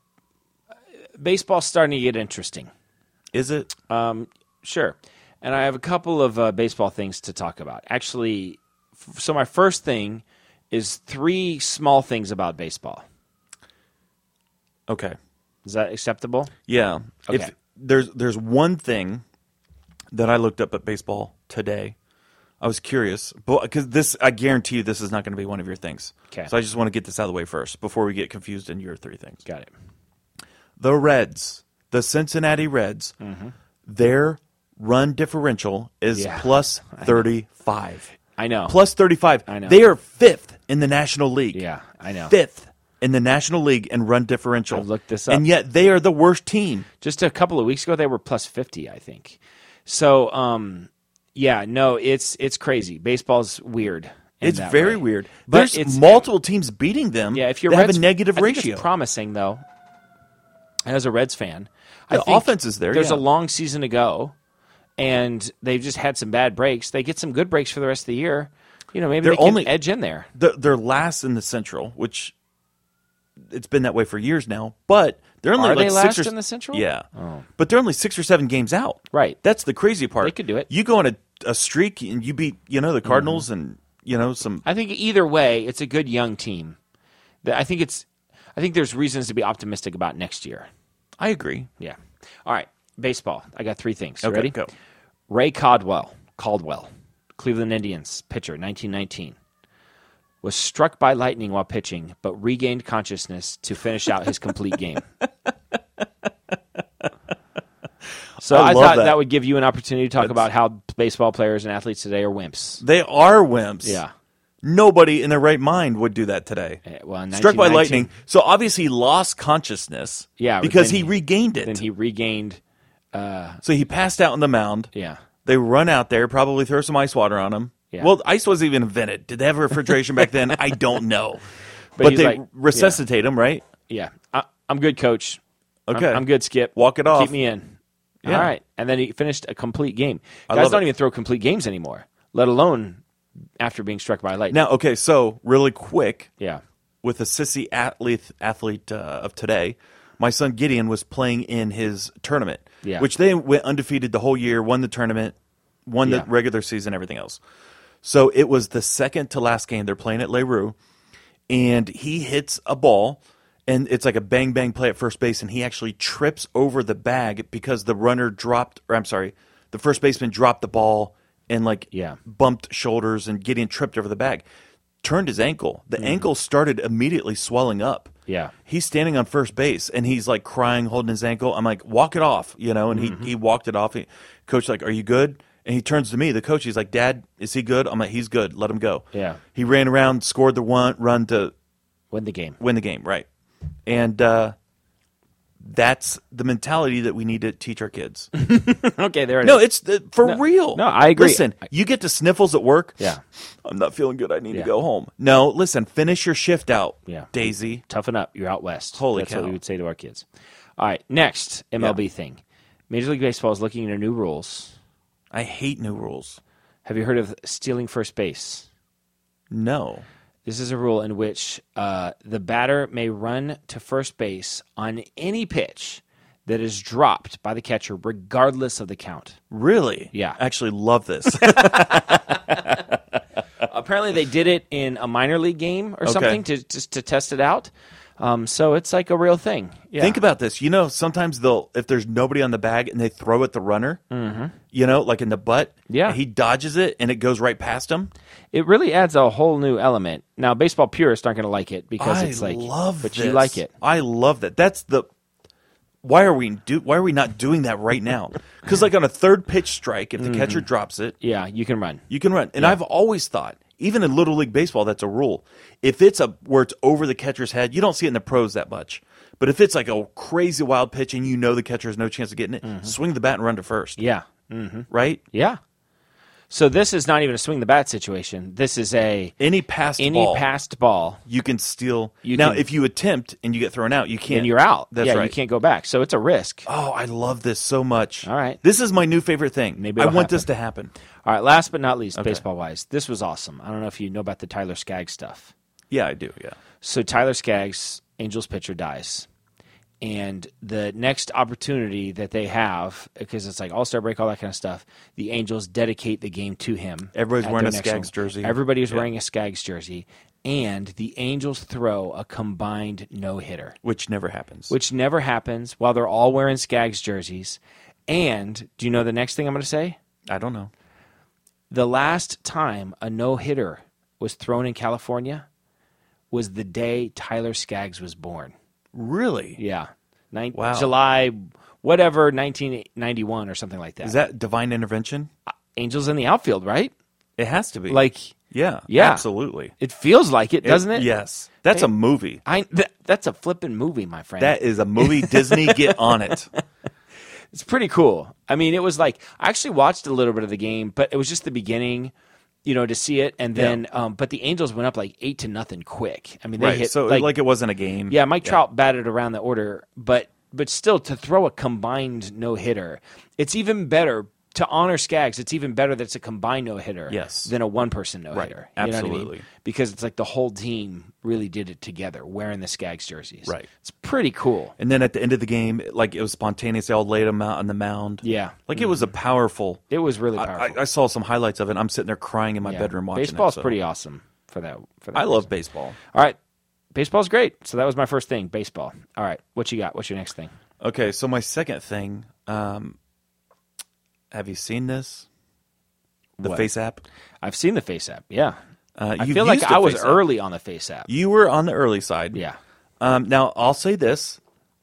[SPEAKER 3] baseball's starting to get interesting.
[SPEAKER 4] Is it? Uh,
[SPEAKER 3] Sure. And I have a couple of uh, baseball things to talk about. Actually, f- so my first thing is three small things about baseball.
[SPEAKER 4] okay,
[SPEAKER 3] Is that acceptable?
[SPEAKER 4] yeah. If
[SPEAKER 3] Okay.
[SPEAKER 4] there's there's one thing that I looked up at baseball today, I was curious, but because this, I guarantee you, this is not going to be one of your things.
[SPEAKER 3] 'Kay.
[SPEAKER 4] So I just want to get this out of the way first before we get confused in your three things.
[SPEAKER 3] Got it.
[SPEAKER 4] the Reds, the Cincinnati Reds, their run differential is
[SPEAKER 3] Mm-hmm. Yeah.
[SPEAKER 4] plus 35.
[SPEAKER 3] I know.
[SPEAKER 4] Plus 35. I
[SPEAKER 3] know.
[SPEAKER 4] They are fifth in the National League.
[SPEAKER 3] Yeah, I know.
[SPEAKER 4] Fifth in the National League in run differential.
[SPEAKER 3] I've looked this up.
[SPEAKER 4] And yet they are the worst team.
[SPEAKER 3] just a couple of weeks ago they were plus 50 i think so um yeah no it's it's crazy baseball's weird in
[SPEAKER 4] It's
[SPEAKER 3] that
[SPEAKER 4] very
[SPEAKER 3] way.
[SPEAKER 4] weird.
[SPEAKER 3] But
[SPEAKER 4] There's
[SPEAKER 3] it's-
[SPEAKER 4] multiple teams beating them.
[SPEAKER 3] yeah if you're
[SPEAKER 4] that
[SPEAKER 3] reds,
[SPEAKER 4] have a negative
[SPEAKER 3] I think
[SPEAKER 4] ratio.
[SPEAKER 3] it's promising though as a reds fan I
[SPEAKER 4] The
[SPEAKER 3] think
[SPEAKER 4] offense is there,
[SPEAKER 3] there's
[SPEAKER 4] yeah.
[SPEAKER 3] a long season to go and they've just had some bad breaks they get some good breaks for the rest of the year you know maybe
[SPEAKER 4] They're
[SPEAKER 3] they can
[SPEAKER 4] only-
[SPEAKER 3] edge in there
[SPEAKER 4] They're- they're last in the Central, which it's been that way for years now. But they're only
[SPEAKER 3] Are
[SPEAKER 4] like
[SPEAKER 3] they
[SPEAKER 4] six
[SPEAKER 3] last
[SPEAKER 4] or,
[SPEAKER 3] in the Central?
[SPEAKER 4] Yeah, but they're only six or seven games out.
[SPEAKER 3] Right.
[SPEAKER 4] That's the crazy part.
[SPEAKER 3] They could do it.
[SPEAKER 4] You go on a, a streak and you beat you know the Cardinals and you know some.
[SPEAKER 3] I think either way, it's a good young team. That- I think it's. I think there's reasons to be optimistic about next year.
[SPEAKER 4] I agree.
[SPEAKER 3] Yeah. All right. Baseball. I got three things. You
[SPEAKER 4] Okay,
[SPEAKER 3] ready?
[SPEAKER 4] go.
[SPEAKER 3] Ray Caldwell, Caldwell, Cleveland Indians pitcher, 1919, was struck by lightning while pitching, but regained consciousness to finish out his complete game. So
[SPEAKER 4] I
[SPEAKER 3] I,
[SPEAKER 4] love
[SPEAKER 3] thought
[SPEAKER 4] that.
[SPEAKER 3] that. would give you an opportunity to talk about how baseball players and athletes today are wimps.
[SPEAKER 4] They are wimps.
[SPEAKER 3] Yeah.
[SPEAKER 4] Nobody in their right mind would do that today.
[SPEAKER 3] Eh, well, in
[SPEAKER 4] Struck by
[SPEAKER 3] 1919
[SPEAKER 4] lightning, so obviously he lost consciousness.
[SPEAKER 3] Yeah, but
[SPEAKER 4] because
[SPEAKER 3] then
[SPEAKER 4] he,
[SPEAKER 3] he-
[SPEAKER 4] regained
[SPEAKER 3] Then
[SPEAKER 4] it.
[SPEAKER 3] he regained.
[SPEAKER 4] so he passed out on the mound.
[SPEAKER 3] Yeah.
[SPEAKER 4] They run out there, probably throw some ice water on them.
[SPEAKER 3] Yeah.
[SPEAKER 4] Well, ice wasn't even invented. Did they have refrigeration back then? I don't know.
[SPEAKER 3] But,
[SPEAKER 4] But
[SPEAKER 3] he's
[SPEAKER 4] they
[SPEAKER 3] like,
[SPEAKER 4] resuscitate him, right?
[SPEAKER 3] Yeah, yeah I, I'm good, coach. I'm-
[SPEAKER 4] Okay.
[SPEAKER 3] I'm, good. Skip.
[SPEAKER 4] Walk it off.
[SPEAKER 3] Keep me in.
[SPEAKER 4] Yeah.
[SPEAKER 3] All right, and then he finished a complete game.
[SPEAKER 4] I
[SPEAKER 3] Guys
[SPEAKER 4] love
[SPEAKER 3] don't
[SPEAKER 4] it.
[SPEAKER 3] even throw complete games anymore, let alone after being struck by lightning.
[SPEAKER 4] Now, okay, so really quick,
[SPEAKER 3] yeah,
[SPEAKER 4] with a sissy athlete athlete uh, of today. My son Gideon was playing in his tournament,
[SPEAKER 3] Yeah.
[SPEAKER 4] which they went undefeated the whole year, won the tournament, won
[SPEAKER 3] Yeah.
[SPEAKER 4] the regular season, everything else. So it was the second to last game. They're playing at Leroux, and he hits a ball, and it's like a bang bang play at first base, and he actually trips over the bag because the runner dropped, or I'm sorry, the first baseman dropped the ball and like
[SPEAKER 3] Yeah.
[SPEAKER 4] bumped shoulders and Gideon tripped over the bag, turned his ankle. The ankle started immediately swelling up.
[SPEAKER 3] Mm-hmm. Yeah.
[SPEAKER 4] He's standing on first base and he's like crying, holding his ankle. I'm like, walk it off, you know, and
[SPEAKER 3] Mm-hmm.
[SPEAKER 4] he, he walked it off. He, coach, like, are you good? And he turns to me, the coach, he's like, Dad, is he good? I'm like, he's good. Let him go.
[SPEAKER 3] Yeah.
[SPEAKER 4] He ran around, scored the one run to
[SPEAKER 3] win the game.
[SPEAKER 4] win the game, right? And uh, that's the mentality that we need to teach our kids.
[SPEAKER 3] okay, there it is.
[SPEAKER 4] No, it's the, for real.
[SPEAKER 3] no, I agree.
[SPEAKER 4] Listen, you get to sniffles at work.
[SPEAKER 3] Yeah.
[SPEAKER 4] I'm not feeling good. I need
[SPEAKER 3] Yeah.
[SPEAKER 4] to go home. No, listen, finish your shift out,
[SPEAKER 3] Yeah.
[SPEAKER 4] Daisy.
[SPEAKER 3] toughen up. You're out west.
[SPEAKER 4] Holy
[SPEAKER 3] That's
[SPEAKER 4] cow.
[SPEAKER 3] what we would say to our kids. All right, next MLB thing. Major League Baseball is looking into new rules.
[SPEAKER 4] I hate new rules.
[SPEAKER 3] Have you heard of stealing first base?
[SPEAKER 4] No.
[SPEAKER 3] This is a rule in which uh, the batter may run to first base on any pitch that is dropped by the catcher, regardless of the count.
[SPEAKER 4] Really?
[SPEAKER 3] Yeah.
[SPEAKER 4] I actually love this.
[SPEAKER 3] Apparently, they did it in a minor league game or something to just to test it out. Um, so it's like a real thing. Yeah.
[SPEAKER 4] Think about this. You know, sometimes they'll if there's nobody on the bag and they throw at the runner, you know, like in the butt.
[SPEAKER 3] Mm-hmm. Yeah.
[SPEAKER 4] and He dodges it and it goes right past him.
[SPEAKER 3] it really adds a whole new element. Now, baseball purists aren't going to like it because
[SPEAKER 4] I
[SPEAKER 3] it's like,
[SPEAKER 4] love
[SPEAKER 3] but
[SPEAKER 4] this.
[SPEAKER 3] you like it.
[SPEAKER 4] I love that. That's the why are we do why are we not doing that right now? Because like on a third pitch strike, if
[SPEAKER 3] Mm-hmm.
[SPEAKER 4] the catcher drops it,
[SPEAKER 3] Yeah, you can run.
[SPEAKER 4] you can run. And I've always thought, even in little league baseball, that's a rule. If it's a where it's over the catcher's head, you don't see it in the pros that much. But if it's like a crazy wild pitch and you know the catcher has no chance of getting it, swing the bat and run to first.
[SPEAKER 3] Mm-hmm. Yeah, Mm,
[SPEAKER 4] Right?
[SPEAKER 3] yeah. So this is not even a swing the bat situation. This is a
[SPEAKER 4] Any pass
[SPEAKER 3] any
[SPEAKER 4] ball,
[SPEAKER 3] passed ball
[SPEAKER 4] you can steal.
[SPEAKER 3] You
[SPEAKER 4] now,
[SPEAKER 3] can-
[SPEAKER 4] if you attempt and you get thrown out, you can't.
[SPEAKER 3] and you're out.
[SPEAKER 4] That's
[SPEAKER 3] yeah,
[SPEAKER 4] right.
[SPEAKER 3] you can't go back. So it's a risk.
[SPEAKER 4] Oh, I love this so much.
[SPEAKER 3] All right.
[SPEAKER 4] This is my new favorite thing.
[SPEAKER 3] Maybe
[SPEAKER 4] I
[SPEAKER 3] it'll
[SPEAKER 4] want this to happen.
[SPEAKER 3] All right, last but not least, baseball wise, this was awesome. I don't know if you know about the Tyler Skaggs stuff.
[SPEAKER 4] Yeah, I do. Yeah.
[SPEAKER 3] So Tyler Skaggs, Angels pitcher, dies. And the next opportunity that they have, because it's like All Star break, all that kind of stuff, the Angels dedicate the game to him.
[SPEAKER 4] Everybody's
[SPEAKER 3] at
[SPEAKER 4] wearing
[SPEAKER 3] their
[SPEAKER 4] a
[SPEAKER 3] next
[SPEAKER 4] Skaggs
[SPEAKER 3] home.
[SPEAKER 4] jersey.
[SPEAKER 3] Everybody was wearing a Skaggs jersey. And the Angels throw a combined no hitter
[SPEAKER 4] Which never happens.
[SPEAKER 3] which never happens while they're all wearing Skaggs jerseys. And do you know the next thing I'm going to say?
[SPEAKER 4] I don't know.
[SPEAKER 3] The last time a no hitter was thrown in California was the day Tyler Skaggs was born.
[SPEAKER 4] Really?
[SPEAKER 3] Yeah. Nin-
[SPEAKER 4] Wow.
[SPEAKER 3] July, whatever, 1991 or something like that.
[SPEAKER 4] Is that divine intervention?
[SPEAKER 3] Angels in the outfield, right?
[SPEAKER 4] It has to be.
[SPEAKER 3] Like,
[SPEAKER 4] yeah.
[SPEAKER 3] Yeah.
[SPEAKER 4] Absolutely.
[SPEAKER 3] it feels like it, doesn't it?
[SPEAKER 4] Yes. That's
[SPEAKER 3] Hey.
[SPEAKER 4] a movie.
[SPEAKER 3] I, th- that's a flippin' movie, my friend.
[SPEAKER 4] That is a movie. Disney, get on it.
[SPEAKER 3] it's pretty cool. I mean, it was like I actually watched a little bit of the game, but it was just the beginning, you know, to see it. And then, um, but the Angels went up like eight to nothing quick. I mean, they
[SPEAKER 4] Right.
[SPEAKER 3] hit
[SPEAKER 4] so, like,
[SPEAKER 3] like,
[SPEAKER 4] it wasn't a game.
[SPEAKER 3] yeah, Mike Trout batted around the order, but but still to throw a combined no hitter, it's even better. To honor Skaggs, it's even better that it's a combined no hitter
[SPEAKER 4] Yes.
[SPEAKER 3] than a one person no hitter.
[SPEAKER 4] Absolutely.
[SPEAKER 3] Because it's like the whole team really did it together wearing the Skaggs jerseys.
[SPEAKER 4] Right.
[SPEAKER 3] It's pretty cool.
[SPEAKER 4] And then at the end of the game, like it was spontaneous. They all laid him out on the mound.
[SPEAKER 3] Yeah.
[SPEAKER 4] Like it was a powerful.
[SPEAKER 3] It was really
[SPEAKER 4] I-
[SPEAKER 3] powerful.
[SPEAKER 4] I, I saw some highlights of it. I'm sitting there crying in my
[SPEAKER 3] Yeah.
[SPEAKER 4] bedroom watching it.
[SPEAKER 3] Baseball's
[SPEAKER 4] so.
[SPEAKER 3] pretty awesome for that. For that
[SPEAKER 4] I love
[SPEAKER 3] reason.
[SPEAKER 4] baseball.
[SPEAKER 3] All right, baseball's great. So that was my first thing, baseball. All right, what you got? What's your next thing?
[SPEAKER 4] Okay, so my second thing, um, have you seen this? The
[SPEAKER 3] What?
[SPEAKER 4] Face app.
[SPEAKER 3] I've seen the Face app. Yeah,
[SPEAKER 4] Uh,
[SPEAKER 3] I
[SPEAKER 4] you've
[SPEAKER 3] feel like
[SPEAKER 4] used the
[SPEAKER 3] I was
[SPEAKER 4] Face app.
[SPEAKER 3] early on the Face app.
[SPEAKER 4] You were on the early side.
[SPEAKER 3] Yeah,
[SPEAKER 4] Um, now I'll say this: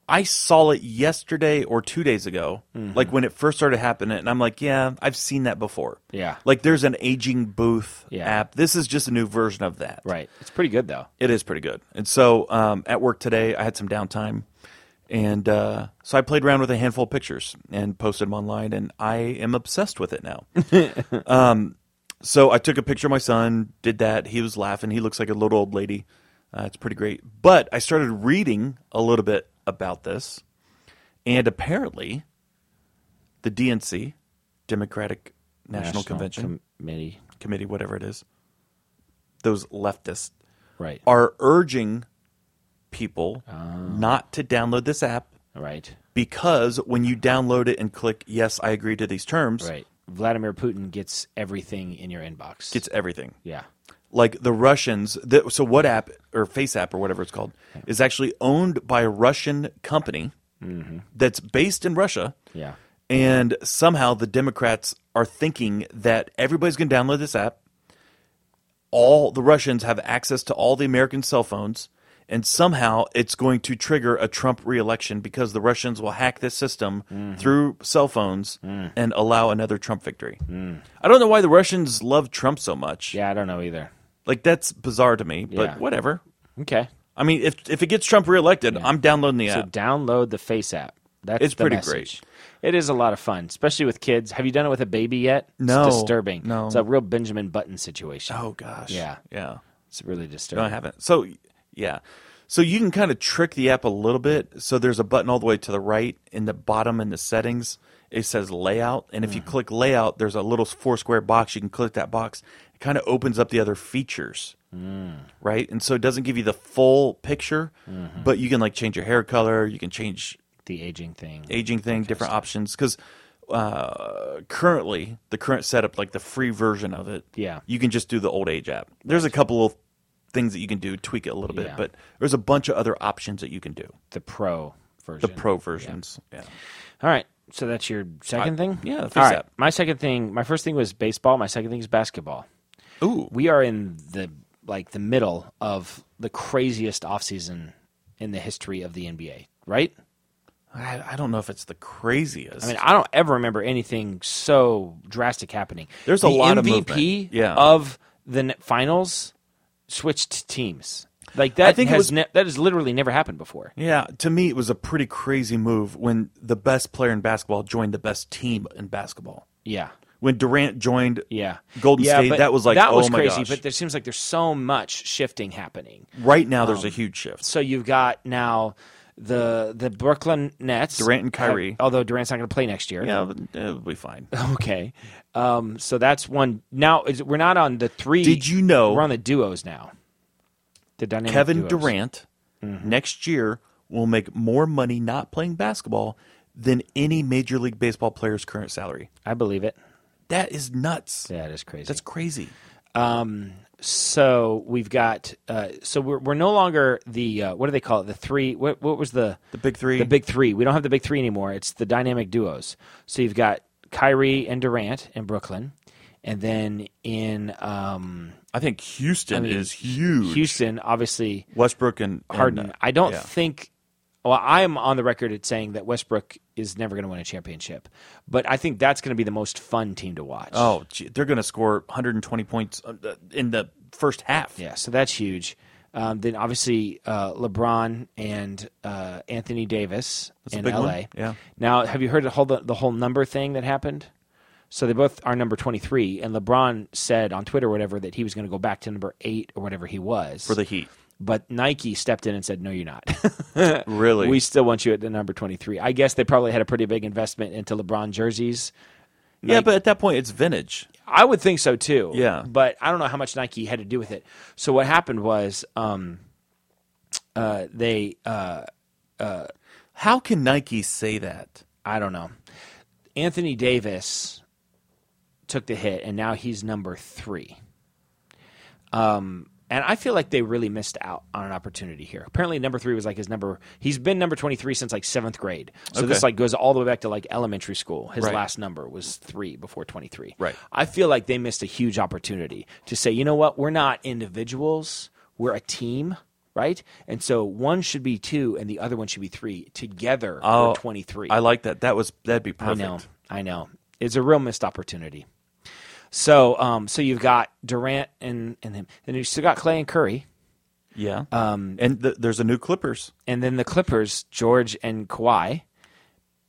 [SPEAKER 4] I saw it yesterday or two days ago,
[SPEAKER 3] Mm-hmm.
[SPEAKER 4] like when it first started happening, and I'm like, yeah, I've seen that before.
[SPEAKER 3] Yeah.
[SPEAKER 4] Like there's an aging booth
[SPEAKER 3] Yeah.
[SPEAKER 4] app. This is just a new version of that.
[SPEAKER 3] right. It's pretty good though.
[SPEAKER 4] It is pretty good. And so um, at work today, I had some downtime. And uh, so I played around with a handful of pictures and posted them online, and I am obsessed with it now. um, so I took a picture of my son, did that. He was laughing. He looks like a little old lady. Uh, it's pretty great. But I started reading a little bit about this, and apparently, the DNC, Democratic National, Convention
[SPEAKER 3] Committee.
[SPEAKER 4] Committee, whatever it is, those leftists
[SPEAKER 3] Right.
[SPEAKER 4] are urging people not to download this app
[SPEAKER 3] right.
[SPEAKER 4] because when you download it and click yes, I agree to these terms,
[SPEAKER 3] Right. Vladimir Putin gets everything in your inbox.
[SPEAKER 4] it's everything.
[SPEAKER 3] yeah.
[SPEAKER 4] like the Russians. The, so what app or Face app or whatever it's called is actually owned by a Russian company that's based in Russia,
[SPEAKER 3] Yeah.
[SPEAKER 4] and somehow the Democrats are thinking that everybody's going to download this app. All the Russians have access to all the American cell phones. And somehow it's going to trigger a Trump reelection because the Russians will hack this system
[SPEAKER 3] Mm-hmm.
[SPEAKER 4] through cell phones
[SPEAKER 3] Mm.
[SPEAKER 4] and allow another Trump victory. I don't know why the Russians love Trump so much.
[SPEAKER 3] Yeah. I don't know either.
[SPEAKER 4] Like that's bizarre to me, but
[SPEAKER 3] Yeah.
[SPEAKER 4] whatever.
[SPEAKER 3] Okay.
[SPEAKER 4] I mean, if if it gets Trump reelected, I'm downloading the
[SPEAKER 3] So
[SPEAKER 4] app.
[SPEAKER 3] download the Face app. That's
[SPEAKER 4] It's
[SPEAKER 3] the
[SPEAKER 4] pretty
[SPEAKER 3] message. It is a lot of fun, especially with kids. Have you done it with a baby yet?
[SPEAKER 4] No.
[SPEAKER 3] It's disturbing.
[SPEAKER 4] No.
[SPEAKER 3] It's a real Benjamin Button situation.
[SPEAKER 4] oh gosh.
[SPEAKER 3] Yeah.
[SPEAKER 4] Yeah.
[SPEAKER 3] It's really
[SPEAKER 4] No, I
[SPEAKER 3] disturbing.
[SPEAKER 4] haven't. So yeah. So you can kind of trick the app a little bit. So there's a button all the way to the right in the bottom in the settings. It says layout, and if you click layout, there's a little four square box. You can click that box. It kind of opens up the other features, right? And so it doesn't give you the full picture, but you can like change your hair color. You can change
[SPEAKER 3] The aging thing.
[SPEAKER 4] aging thing, different options. Because uh, currently, the current setup, like the free version of it,
[SPEAKER 3] Yeah.
[SPEAKER 4] you can just do the old age app. There's a couple of things that you can do, tweak it a little bit,
[SPEAKER 3] Yeah.
[SPEAKER 4] but there's a bunch of other options that you can do.
[SPEAKER 3] the pro version.
[SPEAKER 4] The pro versions, yeah.
[SPEAKER 3] All right. So that's your second thing?
[SPEAKER 4] yeah, the Face
[SPEAKER 3] All right.
[SPEAKER 4] app.
[SPEAKER 3] My second thing, my first thing was baseball. My second thing is basketball.
[SPEAKER 4] Ooh,
[SPEAKER 3] We are in the like the middle of the craziest offseason in the history of the NBA, right?
[SPEAKER 4] I, I don't know if it's the craziest.
[SPEAKER 3] I mean, I don't ever remember anything so drastic happening.
[SPEAKER 4] There's a
[SPEAKER 3] the
[SPEAKER 4] lot of
[SPEAKER 3] MVP
[SPEAKER 4] movement. Yeah.
[SPEAKER 3] of the ne- finals switched teams. Like that
[SPEAKER 4] think it
[SPEAKER 3] has
[SPEAKER 4] was-
[SPEAKER 3] ne- that has literally never happened before.
[SPEAKER 4] yeah, to me, it was a pretty crazy move when the best player in basketball joined the best team in basketball.
[SPEAKER 3] Yeah.
[SPEAKER 4] When Durant joined,
[SPEAKER 3] Yeah.
[SPEAKER 4] Golden
[SPEAKER 3] Yeah,
[SPEAKER 4] State,
[SPEAKER 3] but
[SPEAKER 4] that was like,
[SPEAKER 3] that
[SPEAKER 4] oh
[SPEAKER 3] was
[SPEAKER 4] my
[SPEAKER 3] crazy,
[SPEAKER 4] gosh.
[SPEAKER 3] but there seems like there's so much shifting happening.
[SPEAKER 4] right now, there's a huge shift.
[SPEAKER 3] Um, So you've got now the the Brooklyn Nets,
[SPEAKER 4] Durant and Kyrie.
[SPEAKER 3] have- although Durant's not going to play next year.
[SPEAKER 4] Yeah, but it'll be fine.
[SPEAKER 3] Okay. Um, so that's one. Now is, we're not on the three.
[SPEAKER 4] Did you know-
[SPEAKER 3] we're on the duos now? The dynamic
[SPEAKER 4] Kevin
[SPEAKER 3] duos.
[SPEAKER 4] Durant next year will make more money not playing basketball than any Major League Baseball player's current salary.
[SPEAKER 3] I believe it.
[SPEAKER 4] That is nuts.
[SPEAKER 3] Yeah, it is crazy.
[SPEAKER 4] That's crazy.
[SPEAKER 3] so we've got. Uh, so we're we're no longer the uh, what do they call it? The three. What what was the
[SPEAKER 4] The big three.
[SPEAKER 3] The big three. We don't have the big three anymore. It's the dynamic duos. So you've got Kyrie and Durant in Brooklyn, and then in um,
[SPEAKER 4] I think Houston
[SPEAKER 3] mean,
[SPEAKER 4] is huge.
[SPEAKER 3] Houston, obviously
[SPEAKER 4] Westbrook and and,
[SPEAKER 3] Harden.
[SPEAKER 4] uh,
[SPEAKER 3] I don't
[SPEAKER 4] yeah.
[SPEAKER 3] think. Well, I'm on the record at saying that Westbrook is never going to win a championship, but I think that's going to be the most fun team to watch.
[SPEAKER 4] Oh, gee, they're going to score 120 points uh, uh, in the first half.
[SPEAKER 3] yeah, so that's huge. Um, then obviously uh, LeBron and uh, Anthony Davis
[SPEAKER 4] a
[SPEAKER 3] in
[SPEAKER 4] big
[SPEAKER 3] LA.
[SPEAKER 4] one. Yeah.
[SPEAKER 3] Now, have you heard the whole the whole number thing that happened? So they both are number 23, and LeBron said on Twitter or whatever that he was going to go back to number eight or whatever he was
[SPEAKER 4] for the Heat.
[SPEAKER 3] But Nike stepped in and said, "No, you're not."
[SPEAKER 4] Really?
[SPEAKER 3] we still want you at the number 23. I guess they probably had a pretty big investment into LeBron jerseys.
[SPEAKER 4] yeah, but at that point, it's vintage.
[SPEAKER 3] I would think so too.
[SPEAKER 4] Yeah.
[SPEAKER 3] But I don't know how much Nike had to do with it. So what happened was um, uh, they, uh,
[SPEAKER 4] How can Nike say that?
[SPEAKER 3] I don't know. Anthony Davis took the hit and now he's number three. Um, and I feel like they really missed out on an opportunity here. Apparently, number three was like his number. He's been number twenty three since like seventh grade. So this
[SPEAKER 4] Okay.
[SPEAKER 3] like goes all the way back to like elementary school. His
[SPEAKER 4] Right.
[SPEAKER 3] last number was three before twenty three.
[SPEAKER 4] Right.
[SPEAKER 3] I feel like they missed a huge opportunity to say, you know what, we're not individuals, we're a team, right? And so one should be two, and the other one should be three. Together,
[SPEAKER 4] Oh,
[SPEAKER 3] we're twenty three.
[SPEAKER 4] I like that. That was that'd be
[SPEAKER 3] I
[SPEAKER 4] perfect.
[SPEAKER 3] know. I know. It's a real missed opportunity. So, um, so you've got Durant and, and him, and you still got Clay and Curry,
[SPEAKER 4] Yeah. Um, and th- there's a new Clippers.
[SPEAKER 3] and then the Clippers, George and Kawhi,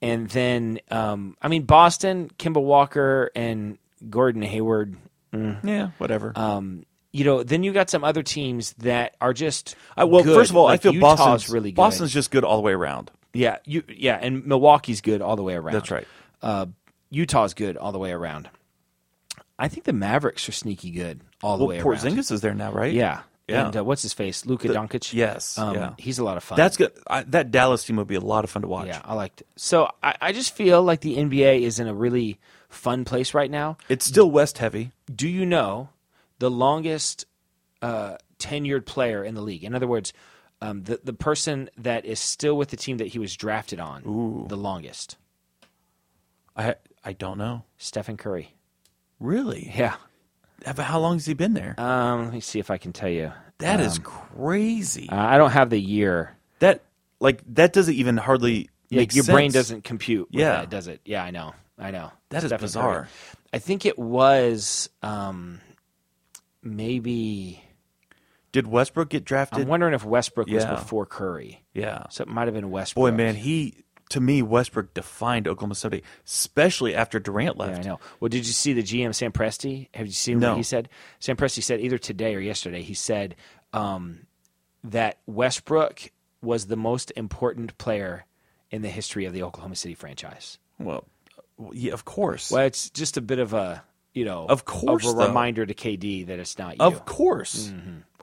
[SPEAKER 3] and then um, I mean Boston, Kimball Walker and Gordon Hayward,
[SPEAKER 4] Yeah, whatever.
[SPEAKER 3] you know, then you got some other teams that are just
[SPEAKER 4] I, well,
[SPEAKER 3] good.
[SPEAKER 4] first of all,
[SPEAKER 3] Like
[SPEAKER 4] I feel
[SPEAKER 3] Utah's
[SPEAKER 4] Boston's
[SPEAKER 3] really good.
[SPEAKER 4] Boston's just good all the way around.
[SPEAKER 3] yeah, you, yeah, and Milwaukee's good all the way around.
[SPEAKER 4] That's right.
[SPEAKER 3] Uh, Utah's good all the way around. I think the Mavericks are sneaky good all the
[SPEAKER 4] Well,
[SPEAKER 3] way around.
[SPEAKER 4] Porzingis is there now, right?
[SPEAKER 3] Yeah.
[SPEAKER 4] Yeah.
[SPEAKER 3] And uh, what's his face? Luka Doncic.
[SPEAKER 4] yes,
[SPEAKER 3] Um,
[SPEAKER 4] yeah.
[SPEAKER 3] He's a lot of fun.
[SPEAKER 4] that's good. I, that Dallas team would be a lot of fun to watch.
[SPEAKER 3] yeah. I liked. It. So I, I just feel like the NBA is in a really fun place right now.
[SPEAKER 4] It's still West heavy.
[SPEAKER 3] Do you know the longest uh, tenured player in the league? In other words, um, the the person that is still with the team that he was drafted on the longest.
[SPEAKER 4] I I don't know
[SPEAKER 3] Stephen Curry.
[SPEAKER 4] really.
[SPEAKER 3] Yeah.
[SPEAKER 4] How- How long has he been there?
[SPEAKER 3] Um, let me see if I can tell you.
[SPEAKER 4] That is crazy.
[SPEAKER 3] Um, Uh, I don't have the year.
[SPEAKER 4] that like that doesn't even hardly
[SPEAKER 3] Like
[SPEAKER 4] make
[SPEAKER 3] your brain
[SPEAKER 4] sense.
[SPEAKER 3] doesn't compute. With
[SPEAKER 4] Yeah.
[SPEAKER 3] that, does it? Yeah, I know. I know.
[SPEAKER 4] That is
[SPEAKER 3] Stephen
[SPEAKER 4] bizarre.
[SPEAKER 3] Curry. I think it was um, maybe.
[SPEAKER 4] Did Westbrook get drafted?
[SPEAKER 3] I'm wondering if Westbrook was
[SPEAKER 4] Yeah.
[SPEAKER 3] before Curry,
[SPEAKER 4] yeah.
[SPEAKER 3] so it might have been Westbrook.
[SPEAKER 4] Boy, man, he to me Westbrook defined Oklahoma City, especially after Durant
[SPEAKER 3] Yeah, I
[SPEAKER 4] left.
[SPEAKER 3] know. Well, did you see the GM Sam Presti? Have you seen
[SPEAKER 4] No.
[SPEAKER 3] what he said? Sam Presti said either today or yesterday. He said um, that Westbrook was the most important player in the history of the Oklahoma City franchise.
[SPEAKER 4] well, yeah, of course,
[SPEAKER 3] Well, it's just a bit of a you know,
[SPEAKER 4] Of course,
[SPEAKER 3] of a
[SPEAKER 4] though.
[SPEAKER 3] reminder to KD that it's not you. Mm-hmm.
[SPEAKER 4] of
[SPEAKER 3] Mm.
[SPEAKER 4] course.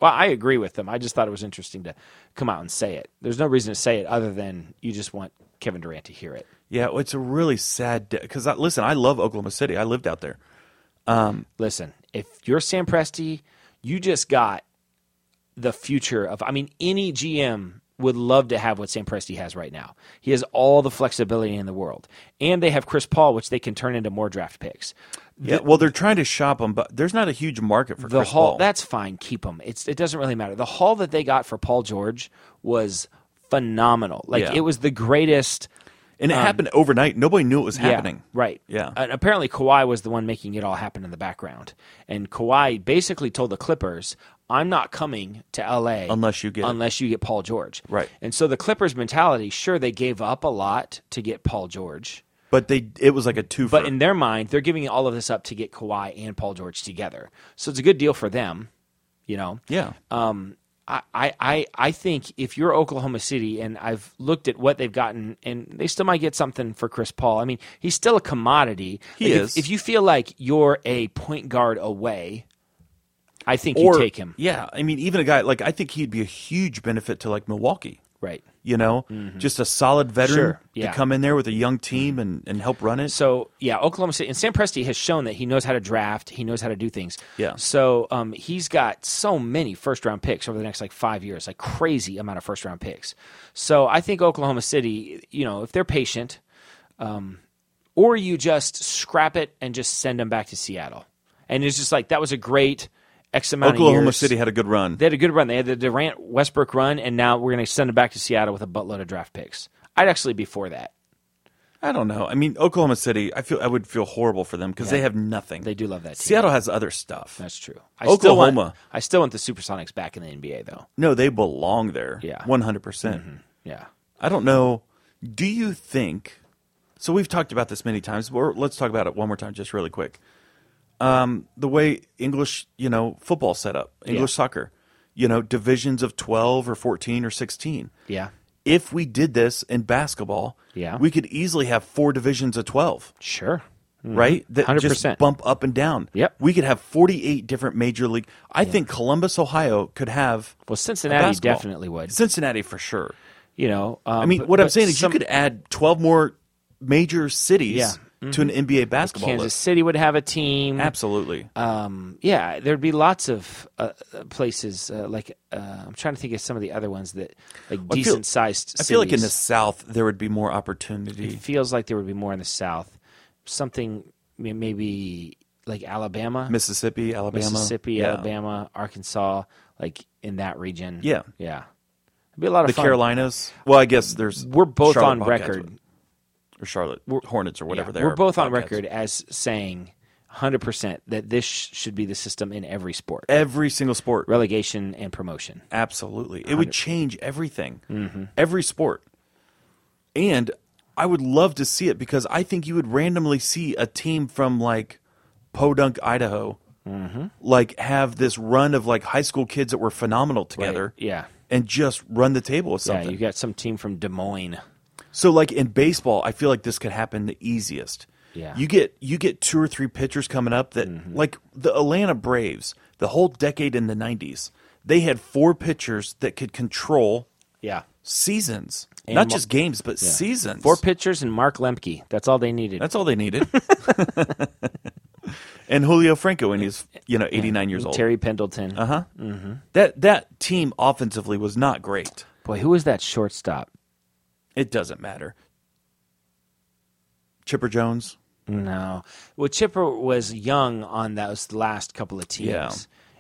[SPEAKER 3] Well, I agree with them. I just thought it was interesting to come out and say it. There's no reason to say it other than you just want Kevin Durant to hear it.
[SPEAKER 4] Yeah, it's a really sad because I, listen, I love Oklahoma City. I lived out there.
[SPEAKER 3] Listen, if you're Sam Presti, you just got the future of. I mean, any GM would love to have what Sam Presti has right now. He has all the flexibility in the world, and they have Chris Paul, which they can turn into more draft picks.
[SPEAKER 4] Yeah, well, they're trying to shop him, but there's not a huge market for
[SPEAKER 3] the
[SPEAKER 4] Chris
[SPEAKER 3] haul
[SPEAKER 4] Paul.
[SPEAKER 3] that's fine keep him it's it doesn't really matter the haul that they got for paul george was phenomenal like
[SPEAKER 4] Yeah.
[SPEAKER 3] it was the greatest
[SPEAKER 4] and it happened overnight. Nobody knew it was
[SPEAKER 3] um, yeah,
[SPEAKER 4] happening.
[SPEAKER 3] right
[SPEAKER 4] Yeah.
[SPEAKER 3] and apparently Kawhi was the one making it all happen in the background and Kawhi basically told the clippers I'm not coming to LA
[SPEAKER 4] Unless you get-
[SPEAKER 3] unless you get Paul George
[SPEAKER 4] Right.
[SPEAKER 3] and so the Clippers mentality sure they gave up a lot to get Paul George
[SPEAKER 4] But they, it was like a two.
[SPEAKER 3] but in their mind, they're giving all of this up to get Kawhi and Paul George together. So it's a good deal for them, you know.
[SPEAKER 4] yeah,
[SPEAKER 3] Um, I, I- I, I think if you're Oklahoma City, and I've looked at what they've gotten, and they still might get something for Chris Paul. I mean, he's still a commodity.
[SPEAKER 4] He
[SPEAKER 3] Like,
[SPEAKER 4] is.
[SPEAKER 3] If, if you feel like you're a point guard away, I think you take him.
[SPEAKER 4] Yeah, I mean, even a guy like I think he'd be a huge benefit to like Milwaukee.
[SPEAKER 3] Right.
[SPEAKER 4] You know, just a solid veteran
[SPEAKER 3] Mm-hmm. Sure,
[SPEAKER 4] to
[SPEAKER 3] yeah. Mm-hmm.
[SPEAKER 4] come in there with a young team and, and help run it.
[SPEAKER 3] So yeah, Oklahoma City and Sam Presti has shown that he knows how to draft. He knows how to do things.
[SPEAKER 4] Yeah.
[SPEAKER 3] So um, he's got so many first round picks over the next like five years, like crazy amount of first round picks. So I think Oklahoma City, you know, if they're patient, um, or you just scrap it and just send them back to Seattle, and it's just like that was a great X amount. of
[SPEAKER 4] Oklahoma
[SPEAKER 3] years.
[SPEAKER 4] City had a good run.
[SPEAKER 3] They had a good run. They had the Durant Westbrook run, and now we're going to send them back to Seattle with a buttload of draft picks. I'd actually be for that.
[SPEAKER 4] I don't know. I mean, Oklahoma City. I feel I would feel horrible for them because they have nothing.
[SPEAKER 3] They do love that team.
[SPEAKER 4] Seattle has other stuff.
[SPEAKER 3] That's true. I Still want,
[SPEAKER 4] Oklahoma.
[SPEAKER 3] I still want the Supersonics back in the NBA, though.
[SPEAKER 4] No, they belong there.
[SPEAKER 3] Yeah. Mm-hmm.
[SPEAKER 4] one hundred percent.
[SPEAKER 3] Yeah.
[SPEAKER 4] I don't know. Do you think? So we've talked about this many times. But let's talk about it one more time, just really quick. Um, the way English, you know, football set up, English
[SPEAKER 3] Yeah.
[SPEAKER 4] soccer, you know, divisions of twelve or fourteen or sixteen.
[SPEAKER 3] Yeah.
[SPEAKER 4] If we did this in basketball,
[SPEAKER 3] Yeah.
[SPEAKER 4] we could easily have four divisions of twelve.
[SPEAKER 3] Sure.
[SPEAKER 4] right? That just
[SPEAKER 3] 100%.
[SPEAKER 4] bump up and down.
[SPEAKER 3] Mm-hmm. Yep.
[SPEAKER 4] We could have 48 different major league. I think Columbus, Ohio could have
[SPEAKER 3] Well,
[SPEAKER 4] a
[SPEAKER 3] Cincinnati
[SPEAKER 4] basketball.
[SPEAKER 3] definitely would.
[SPEAKER 4] Cincinnati for sure.
[SPEAKER 3] You know, um,
[SPEAKER 4] I mean, what I'm saying is you could add 12 more major cities
[SPEAKER 3] Yeah. Mm-hmm.
[SPEAKER 4] to an NBA basketball
[SPEAKER 3] Kansas
[SPEAKER 4] list.
[SPEAKER 3] City would have a team.
[SPEAKER 4] Absolutely.
[SPEAKER 3] Um, yeah, there'd be lots of uh, uh, places uh, like uh, I'm trying to think of some of the other ones that like
[SPEAKER 4] I feel-
[SPEAKER 3] decent sized.
[SPEAKER 4] I feel like in the South there would be more opportunity.
[SPEAKER 3] feels like there would be more in the South. Something may- maybe like Alabama,
[SPEAKER 4] Mississippi, Alabama,
[SPEAKER 3] Mississippi,
[SPEAKER 4] yeah.
[SPEAKER 3] Alabama, Arkansas, like in that region.
[SPEAKER 4] Yeah.
[SPEAKER 3] Yeah. It'd be a lot of
[SPEAKER 4] the
[SPEAKER 3] fun.
[SPEAKER 4] Carolinas. Well, I guess there's
[SPEAKER 3] We're both
[SPEAKER 4] Charlotte
[SPEAKER 3] on
[SPEAKER 4] Bobcats
[SPEAKER 3] record.
[SPEAKER 4] or Charlotte Hornets or whatever
[SPEAKER 3] Yeah,
[SPEAKER 4] they are.
[SPEAKER 3] We're both on
[SPEAKER 4] Bobcats.
[SPEAKER 3] record as saying 100% that this sh- should be the system in every sport.
[SPEAKER 4] Every single sport.
[SPEAKER 3] Relegation and promotion.
[SPEAKER 4] Absolutely. It would change everything,
[SPEAKER 3] Mm-hmm.
[SPEAKER 4] every sport. And I would love to see it because I think you would randomly see a team from like Podunk, Idaho,
[SPEAKER 3] Mm-hmm.
[SPEAKER 4] like have this run of like high school kids that were phenomenal together
[SPEAKER 3] Yeah.
[SPEAKER 4] and just run the table with
[SPEAKER 3] Yeah,
[SPEAKER 4] something.
[SPEAKER 3] you got some team from Des Moines.
[SPEAKER 4] So like in baseball, I feel like this could happen the easiest.
[SPEAKER 3] Yeah. Mm-hmm.
[SPEAKER 4] You get you get two or three pitchers coming up that like the Atlanta Braves, the whole decade in the 90s, they had four pitchers that could control
[SPEAKER 3] Yeah.
[SPEAKER 4] seasons. Not
[SPEAKER 3] mo-
[SPEAKER 4] just games, but seasons.
[SPEAKER 3] Four pitchers and Mark Lemke. That's all they needed.
[SPEAKER 4] That's all they needed. and Julio Franco and he's, you know, 89 years old. Uh.
[SPEAKER 3] Terry Pendleton. Uh-huh.
[SPEAKER 4] That that team offensively was not great.
[SPEAKER 3] Boy, who was that shortstop?
[SPEAKER 4] It doesn't matter. Chipper Jones.
[SPEAKER 3] No. Well, Chipper was young on those last couple of teams,
[SPEAKER 4] Yeah.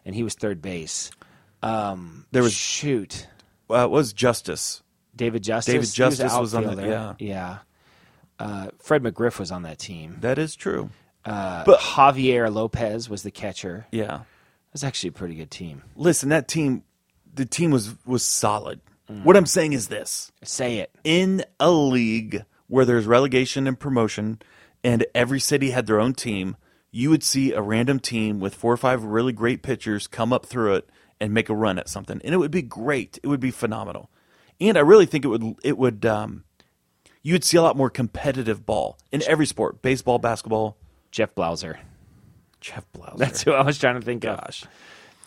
[SPEAKER 3] and he was third base. Um,
[SPEAKER 4] There was-
[SPEAKER 3] shoot
[SPEAKER 4] Uh, it was Justice.
[SPEAKER 3] David Justice.
[SPEAKER 4] David
[SPEAKER 3] He
[SPEAKER 4] Justice was on the-
[SPEAKER 3] outfielder. yeah. Uh, Fred McGriff was on that team.
[SPEAKER 4] That is true.
[SPEAKER 3] but Javier Lopez was the catcher.
[SPEAKER 4] Yeah.
[SPEAKER 3] That's actually a pretty good team.
[SPEAKER 4] Listen, that team the team was was solid. What I'm saying is this.
[SPEAKER 3] Say it.
[SPEAKER 4] In a league where there's relegation and promotion and every city had their own team, you would see a random team with four or five really great pitchers come up through it and make a run at something. And it would be great. It would be phenomenal. And I really think it would it would um you'd see a lot more competitive ball in every sport, baseball, basketball,
[SPEAKER 3] Jeff Blauser.
[SPEAKER 4] Jeff Blauser.
[SPEAKER 3] That's who I was trying to think
[SPEAKER 4] Gosh.
[SPEAKER 3] of.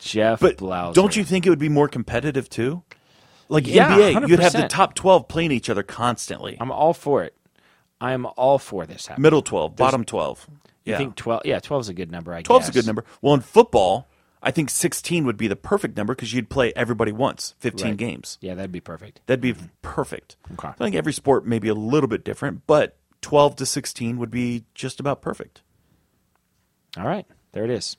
[SPEAKER 3] Jeff
[SPEAKER 4] But
[SPEAKER 3] Blauser.
[SPEAKER 4] don't you think it would be more competitive too? Like
[SPEAKER 3] Yeah,
[SPEAKER 4] NBA, you'd have the
[SPEAKER 3] 100%.
[SPEAKER 4] top twelve playing each other constantly.
[SPEAKER 3] I'm all for it. I am all for this happening.
[SPEAKER 4] Middle twelve, bottom twelve.
[SPEAKER 3] You
[SPEAKER 4] Yeah,
[SPEAKER 3] think 12? Yeah, 12 is a good number, I
[SPEAKER 4] 12's a
[SPEAKER 3] guess.
[SPEAKER 4] good number. Well, in football, I think sixteen would be the perfect number because you'd play everybody once, fifteen
[SPEAKER 3] Right.
[SPEAKER 4] games.
[SPEAKER 3] Yeah, that'd be perfect.
[SPEAKER 4] That'd be perfect.
[SPEAKER 3] Okay.
[SPEAKER 4] I think every sport may be a little bit different, but twelve to sixteen would be just about perfect.
[SPEAKER 3] All right, there it is.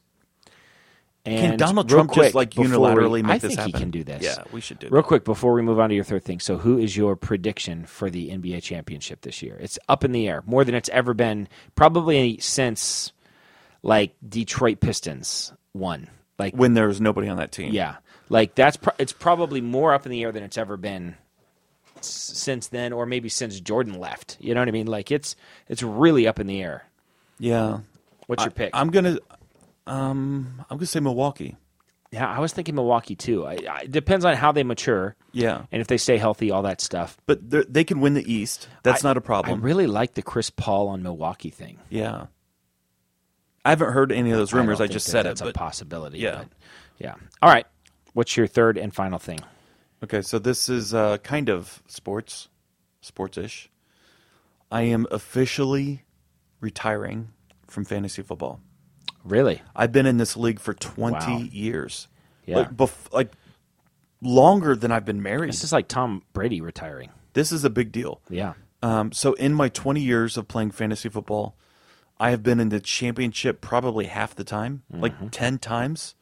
[SPEAKER 4] Can
[SPEAKER 3] And
[SPEAKER 4] Donald
[SPEAKER 3] real
[SPEAKER 4] Trump just
[SPEAKER 3] quick,
[SPEAKER 4] like
[SPEAKER 3] before we-
[SPEAKER 4] unilaterally make
[SPEAKER 3] I
[SPEAKER 4] this
[SPEAKER 3] think
[SPEAKER 4] happen?
[SPEAKER 3] he can do this.
[SPEAKER 4] Yeah, we should do.
[SPEAKER 3] Real
[SPEAKER 4] that.
[SPEAKER 3] quick before we move on to your third thing. So, who is your prediction for the NBA championship this year? It's up in the air more than it's ever been, probably since like Detroit Pistons won. Like,
[SPEAKER 4] When there was nobody on that team.
[SPEAKER 3] yeah, like that's pro- it's probably more up in the air than it's ever been s- since then, or maybe since Jordan left. You know what I mean? Like, it's it's really up in the air.
[SPEAKER 4] yeah.
[SPEAKER 3] What's your pick?
[SPEAKER 4] I'm gonna, um, I'm gonna say Milwaukee.
[SPEAKER 3] Yeah, I was thinking Milwaukee too. I, I, it depends on how they mature.
[SPEAKER 4] Yeah.
[SPEAKER 3] and if they stay healthy, all that stuff.
[SPEAKER 4] but they're- they can win the East. That's not a
[SPEAKER 3] I
[SPEAKER 4] problem.
[SPEAKER 3] really like the Chris Paul on Milwaukee thing.
[SPEAKER 4] yeah, I haven't heard any of those rumors. I,
[SPEAKER 3] don't think
[SPEAKER 4] just
[SPEAKER 3] that
[SPEAKER 4] said it.
[SPEAKER 3] that's a
[SPEAKER 4] But,
[SPEAKER 3] possibility.
[SPEAKER 4] yeah.
[SPEAKER 3] but- yeah. All right. What's your third and final thing?
[SPEAKER 4] okay, so this is uh, kind of sports, sports-ish. I am officially retiring from fantasy football.
[SPEAKER 3] Really?
[SPEAKER 4] I've been in this league for twenty
[SPEAKER 3] Wow.
[SPEAKER 4] years.
[SPEAKER 3] Yeah.
[SPEAKER 4] Like, bef- like longer than I've been married.
[SPEAKER 3] This is like Tom Brady retiring.
[SPEAKER 4] this is a big deal.
[SPEAKER 3] Yeah.
[SPEAKER 4] Um, so in my 20 years of playing fantasy football, I have been in the championship probably half the time, like
[SPEAKER 3] Mm-hmm.
[SPEAKER 4] 10 times.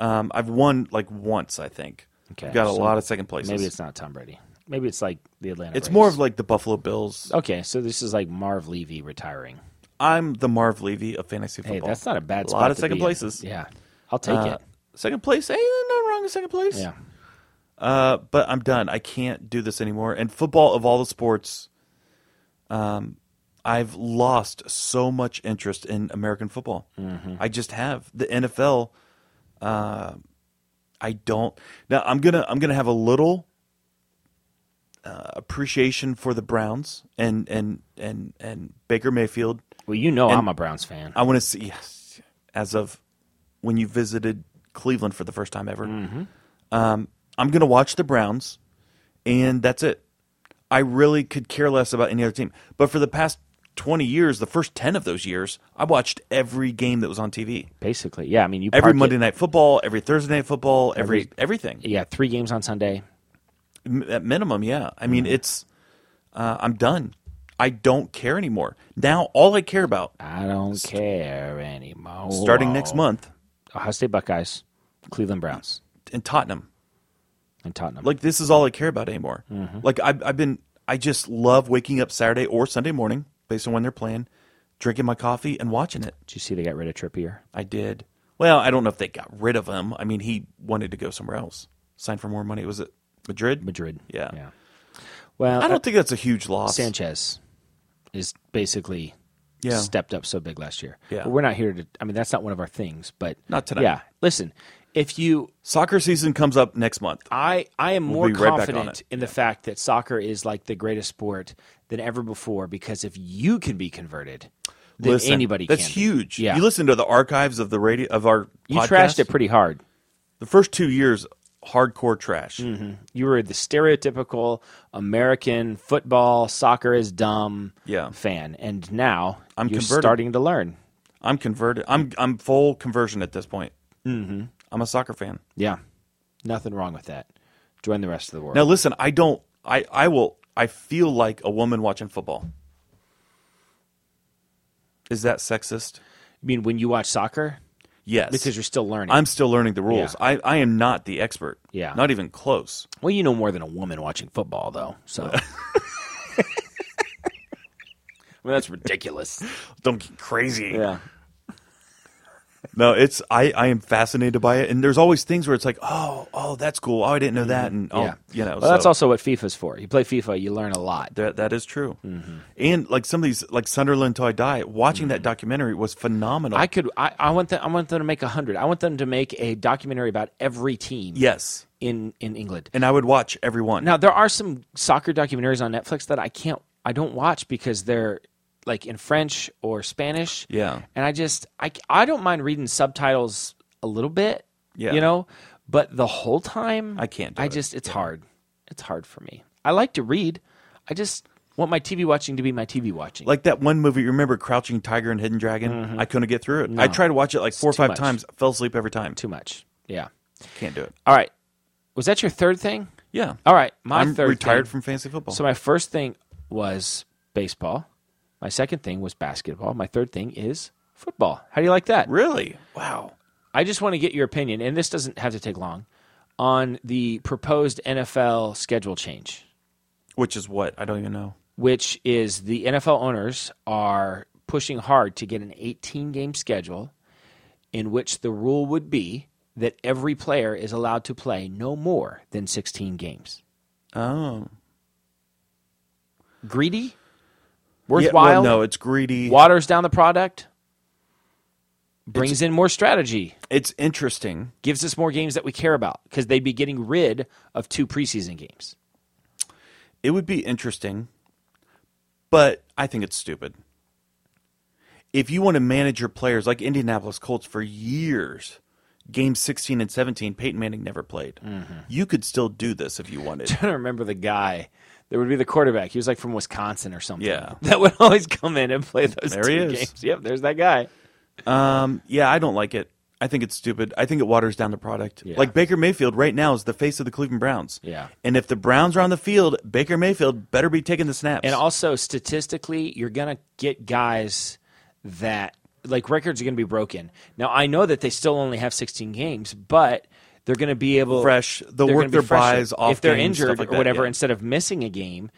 [SPEAKER 4] Um, I've won like once, I think.
[SPEAKER 3] Okay,
[SPEAKER 4] I've got a
[SPEAKER 3] so
[SPEAKER 4] lot of second places.
[SPEAKER 3] Maybe it's not Tom Brady. Maybe it's like the Atlanta.
[SPEAKER 4] It's
[SPEAKER 3] Braves.
[SPEAKER 4] more of like the Buffalo Bills.
[SPEAKER 3] okay. So this is like Marv Levy retiring.
[SPEAKER 4] I'm the Marv Levy of fantasy football.
[SPEAKER 3] Hey, that's not a bad.
[SPEAKER 4] A
[SPEAKER 3] spot
[SPEAKER 4] lot of
[SPEAKER 3] to
[SPEAKER 4] second
[SPEAKER 3] be in.
[SPEAKER 4] places.
[SPEAKER 3] Yeah, I'll take
[SPEAKER 4] Uh,
[SPEAKER 3] it.
[SPEAKER 4] second place. Hey, nothing wrong with second place.
[SPEAKER 3] Yeah.
[SPEAKER 4] Uh, but I'm done. I can't do this anymore. And football, of all the sports, um, I've lost so much interest in American football. I just have the NFL. Uh, I don't. Now I'm gonna I'm gonna have a little uh, appreciation for the Browns and and and and Baker Mayfield.
[SPEAKER 3] Well, you know I'm a Browns fan.
[SPEAKER 4] I want to see yes, as of when you visited Cleveland for the first time ever. Um, I'm going to watch the Browns, and that's it. I really could care less about any other team. But for the past 20 years, the first 10 of those years, I watched every game that was on TV.
[SPEAKER 3] Basically, yeah. I mean, you
[SPEAKER 4] Every
[SPEAKER 3] park it-
[SPEAKER 4] Monday Night Football, every Thursday Night Football, every,
[SPEAKER 3] Every-
[SPEAKER 4] everything
[SPEAKER 3] Yeah, three games on Sunday.
[SPEAKER 4] M- at minimum. Yeah, I mean it's. Uh, I'm done. I don't care anymore. Now all I care about,
[SPEAKER 3] I don't care anymore.
[SPEAKER 4] starting next month,
[SPEAKER 3] Ohio State Buckeyes, Cleveland Browns,
[SPEAKER 4] in Tottenham.
[SPEAKER 3] and Tottenham.
[SPEAKER 4] like this is all I care about anymore.
[SPEAKER 3] Mm-hmm.
[SPEAKER 4] Like I've, I've been, I just love waking up Saturday or Sunday morning based on when they're playing, drinking my coffee and watching it.
[SPEAKER 3] Did you see they got rid of Trippier?
[SPEAKER 4] I did. Well, I don't know if they got rid of him. I mean, he wanted to go somewhere else, sign for more money. Was it Madrid?
[SPEAKER 3] Madrid.
[SPEAKER 4] Yeah.
[SPEAKER 3] Yeah. Well, uh,
[SPEAKER 4] I don't think that's a huge loss.
[SPEAKER 3] Sanchez is basically
[SPEAKER 4] Yeah.
[SPEAKER 3] stepped up so big last year.
[SPEAKER 4] Yeah.
[SPEAKER 3] But we're not here to. I mean, that's not one of our things. But
[SPEAKER 4] Not tonight.
[SPEAKER 3] Yeah. Listen, if you,
[SPEAKER 4] Soccer season comes up next month.
[SPEAKER 3] I, I am more
[SPEAKER 4] be right back on
[SPEAKER 3] confident
[SPEAKER 4] it.
[SPEAKER 3] in the fact that soccer is like the greatest sport than ever before because if you can be converted, then
[SPEAKER 4] Listen,
[SPEAKER 3] anybody
[SPEAKER 4] that's
[SPEAKER 3] can be.
[SPEAKER 4] huge.
[SPEAKER 3] Yeah.
[SPEAKER 4] You listen to the archives of the radio of our
[SPEAKER 3] You
[SPEAKER 4] podcast.
[SPEAKER 3] trashed it pretty hard.
[SPEAKER 4] the first two years hardcore trash.
[SPEAKER 3] Mm. You were the stereotypical American football, soccer is dumb
[SPEAKER 4] Yeah.
[SPEAKER 3] fan. And now
[SPEAKER 4] I'm
[SPEAKER 3] you're
[SPEAKER 4] converted.
[SPEAKER 3] starting to learn.
[SPEAKER 4] I'm converted. I'm I'm full conversion at this point. Mm-hmm. I'm a soccer fan.
[SPEAKER 3] Yeah. Nothing wrong with that. Join the rest of the world.
[SPEAKER 4] Now listen, I don't. I I will. I feel like a woman watching football. Is that sexist?
[SPEAKER 3] I mean, when you watch soccer,
[SPEAKER 4] Yes,
[SPEAKER 3] because you're still learning.
[SPEAKER 4] I'm still learning the rules.
[SPEAKER 3] Yeah.
[SPEAKER 4] I I am not the expert.
[SPEAKER 3] Yeah.
[SPEAKER 4] not even close.
[SPEAKER 3] well, you know more than a woman watching football, though. So. I mean, that's ridiculous.
[SPEAKER 4] Don't get crazy.
[SPEAKER 3] Yeah.
[SPEAKER 4] No, it's I I am fascinated by it, and there's always things where it's like, oh oh that's cool. Oh I didn't know that, and oh
[SPEAKER 3] Mm-hmm. yeah.
[SPEAKER 4] you know.
[SPEAKER 3] well, that's
[SPEAKER 4] so-
[SPEAKER 3] also what FIFA's for. You play FIFA, you learn a lot.
[SPEAKER 4] That that is true.
[SPEAKER 3] Mm-hmm.
[SPEAKER 4] And like some of these, like Sunderland Till I Die, watching that documentary was phenomenal.
[SPEAKER 3] I could. I, I want them. I want them to make a hundred. I want them to make a documentary about every team.
[SPEAKER 4] yes,
[SPEAKER 3] in in England.
[SPEAKER 4] and I would watch every one.
[SPEAKER 3] Now there are some soccer documentaries on Netflix that I can't. I don't watch because they're like in French or Spanish.
[SPEAKER 4] Yeah.
[SPEAKER 3] and I just I I don't mind reading subtitles a little bit.
[SPEAKER 4] Yeah.
[SPEAKER 3] you know, but the whole time
[SPEAKER 4] I can't do
[SPEAKER 3] I
[SPEAKER 4] it.
[SPEAKER 3] just it's hard. It's hard for me. I like to read. I just want my TV watching to be my TV watching.
[SPEAKER 4] like that one movie, you remember Crouching Tiger and Hidden Dragon? I couldn't get through it. I tried to watch it like four or
[SPEAKER 3] too
[SPEAKER 4] five
[SPEAKER 3] much.
[SPEAKER 4] times, fell asleep every time.
[SPEAKER 3] too much. Yeah.
[SPEAKER 4] Can't do it. Uh,
[SPEAKER 3] All right. Was that your third thing?
[SPEAKER 4] Yeah.
[SPEAKER 3] All right. My
[SPEAKER 4] I'm
[SPEAKER 3] third
[SPEAKER 4] retired
[SPEAKER 3] thing-
[SPEAKER 4] from fantasy football.
[SPEAKER 3] So my first thing was baseball. My second thing was basketball. My third thing is football. How do you like that?
[SPEAKER 4] really? Wow.
[SPEAKER 3] I just want to get your opinion, and this doesn't have to take long, on the proposed NFL schedule change,
[SPEAKER 4] Which is what? I don't even know.
[SPEAKER 3] which is the NFL owners are pushing hard to get an 18 game schedule in which the rule would be that every player is allowed to play no more than 16 games.
[SPEAKER 4] Oh.
[SPEAKER 3] Greedy?
[SPEAKER 4] Yeah,
[SPEAKER 3] Worthwhile?
[SPEAKER 4] well, no, it's greedy.
[SPEAKER 3] waters down the product, brings in more strategy,
[SPEAKER 4] It's interesting.
[SPEAKER 3] gives us more games that we care about because they'd be getting rid of two preseason games.
[SPEAKER 4] It would be interesting, but I think it's stupid. If you want to manage your players like Indianapolis Colts for years, games 16 and 17, Peyton Manning never played. You could still do this if you wanted.
[SPEAKER 3] I don't remember the guy. There would be the quarterback. He was like from Wisconsin or something.
[SPEAKER 4] Yeah.
[SPEAKER 3] That would always come in and play those
[SPEAKER 4] There
[SPEAKER 3] two
[SPEAKER 4] he is.
[SPEAKER 3] games. Yep, there's that guy.
[SPEAKER 4] Um, yeah, I don't like it. I think it's stupid. I think it waters down the product.
[SPEAKER 3] Yeah.
[SPEAKER 4] Like Baker Mayfield right now is the face of the Cleveland Browns.
[SPEAKER 3] Yeah.
[SPEAKER 4] And if the Browns are on the field, Baker Mayfield better be taking the snaps.
[SPEAKER 3] And also statistically, you're gonna get guys that like records are gonna be broken. Now I know that they still only have 16 games, but they're gonna be able
[SPEAKER 4] Fresh. They'll
[SPEAKER 3] they're
[SPEAKER 4] work
[SPEAKER 3] gonna be
[SPEAKER 4] their
[SPEAKER 3] fresher.
[SPEAKER 4] buys off
[SPEAKER 3] if they're
[SPEAKER 4] games, stuff
[SPEAKER 3] injured
[SPEAKER 4] like
[SPEAKER 3] or
[SPEAKER 4] that,
[SPEAKER 3] whatever.
[SPEAKER 4] yeah.
[SPEAKER 3] Instead of missing a game,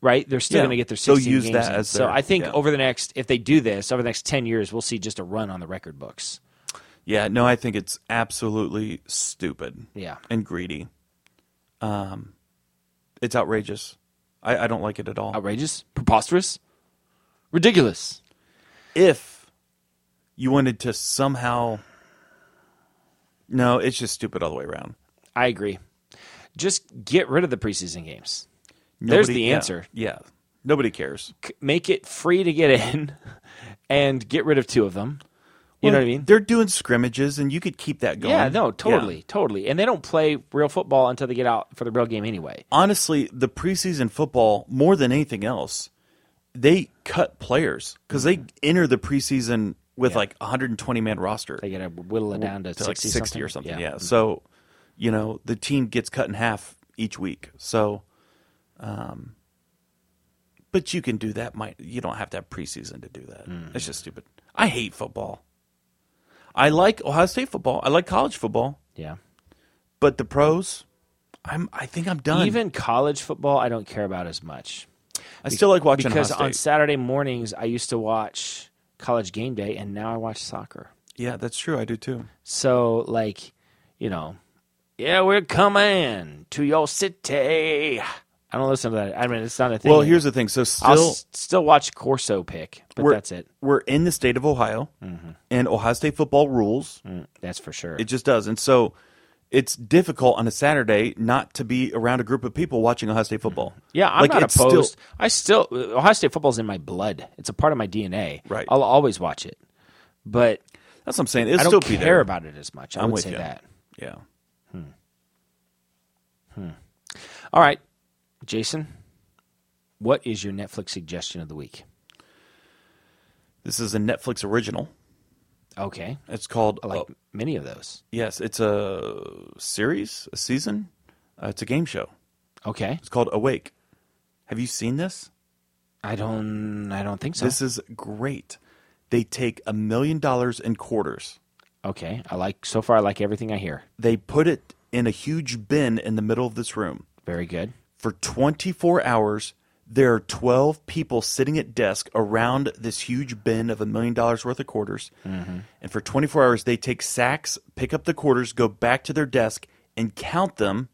[SPEAKER 3] right? They're still
[SPEAKER 4] Yeah.
[SPEAKER 3] gonna get their 16
[SPEAKER 4] They'll use
[SPEAKER 3] games.
[SPEAKER 4] that
[SPEAKER 3] in.
[SPEAKER 4] as
[SPEAKER 3] so
[SPEAKER 4] their-
[SPEAKER 3] I think
[SPEAKER 4] yeah.
[SPEAKER 3] over the next, if they do this over the next 10 years, we'll see just a run on the record books.
[SPEAKER 4] Yeah, no, I think it's absolutely stupid.
[SPEAKER 3] Yeah.
[SPEAKER 4] And greedy. Um it's outrageous. I, I don't like it at all.
[SPEAKER 3] Outrageous, preposterous, ridiculous.
[SPEAKER 4] If you wanted to somehow No, it's just stupid all the way around.
[SPEAKER 3] I agree. Just get rid of the preseason games.
[SPEAKER 4] Nobody,
[SPEAKER 3] There's the
[SPEAKER 4] yeah,
[SPEAKER 3] answer.
[SPEAKER 4] Yeah. Nobody cares.
[SPEAKER 3] c- make it free to get in and get rid of two of them. You know what I mean?
[SPEAKER 4] They're doing scrimmages and you could keep that going.
[SPEAKER 3] Yeah, no,
[SPEAKER 4] Yeah.
[SPEAKER 3] totally, totally. And they don't play real football until they get out for the real game anyway.
[SPEAKER 4] honestly, the preseason football more than anything else, they cut players because
[SPEAKER 3] Mm-hmm.
[SPEAKER 4] they enter the preseason with like a 120 man roster
[SPEAKER 3] They got to whittle it down to,
[SPEAKER 4] to
[SPEAKER 3] 60,
[SPEAKER 4] like 60 or
[SPEAKER 3] something. Mm-hmm.
[SPEAKER 4] something. Yeah. So, you know, the team gets cut in half each week. So, um, but you can do that. Might you don't have to have preseason to do that.
[SPEAKER 3] Mm-hmm.
[SPEAKER 4] It's just stupid. I hate football. I like Ohio State football. I like college football,
[SPEAKER 3] Yeah.
[SPEAKER 4] but the pros, I'm. I think I'm done.
[SPEAKER 3] Even college football, I don't care about as much.
[SPEAKER 4] I still like watching
[SPEAKER 3] Because
[SPEAKER 4] Ohio
[SPEAKER 3] on
[SPEAKER 4] State.
[SPEAKER 3] Saturday mornings, I used to watch college game day, and now I watch soccer.
[SPEAKER 4] Yeah, that's true. I do too.
[SPEAKER 3] So, like, you know, yeah, we're coming to your city. I I don't listen to that. I mean, it's not a thing.
[SPEAKER 4] Well,
[SPEAKER 3] anymore.
[SPEAKER 4] here's the thing. So still,
[SPEAKER 3] I'll s- still watch Corso pick, but
[SPEAKER 4] we're,
[SPEAKER 3] that's it. Mm-hmm.
[SPEAKER 4] We're in the state of Ohio, and Ohio State football rules.
[SPEAKER 3] That's for sure.
[SPEAKER 4] Mm. It just does. And so it's difficult on a Saturday not to be around a group of people watching Ohio State football.
[SPEAKER 3] Mm-hmm. yeah, I'm
[SPEAKER 4] Like,
[SPEAKER 3] not
[SPEAKER 4] it's still-
[SPEAKER 3] opposed. I still Ohio State football's in my blood. It's a part of my DNA.
[SPEAKER 4] Right.
[SPEAKER 3] I'll always watch it, but
[SPEAKER 4] that's what I'm saying. It'll
[SPEAKER 3] I don't
[SPEAKER 4] still
[SPEAKER 3] care
[SPEAKER 4] be there.
[SPEAKER 3] about it as much. I
[SPEAKER 4] I'm
[SPEAKER 3] would
[SPEAKER 4] with
[SPEAKER 3] say
[SPEAKER 4] you.
[SPEAKER 3] that.
[SPEAKER 4] Yeah.
[SPEAKER 3] All right, Jason, what is your Netflix suggestion of the week?
[SPEAKER 4] This is a Netflix original.
[SPEAKER 3] Okay,
[SPEAKER 4] It's called
[SPEAKER 3] I like
[SPEAKER 4] oh,
[SPEAKER 3] many of those.
[SPEAKER 4] Yes, it's a series, a season. Uh, it's a game show.
[SPEAKER 3] Okay,
[SPEAKER 4] It's called Awake. Have you seen this?
[SPEAKER 3] I don't. I don't think so.
[SPEAKER 4] This is great. They take a million dollars in quarters.
[SPEAKER 3] okay, I like so far. I like everything I hear.
[SPEAKER 4] They put it in a huge bin in the middle of this room.
[SPEAKER 3] Very good.
[SPEAKER 4] For 24 hours, there are 12 people sitting at desk around this huge bin of a million dollars worth of quarters.
[SPEAKER 3] Mm-hmm.
[SPEAKER 4] And for 24 hours, they take sacks, pick up the quarters, go back to their desk, and count them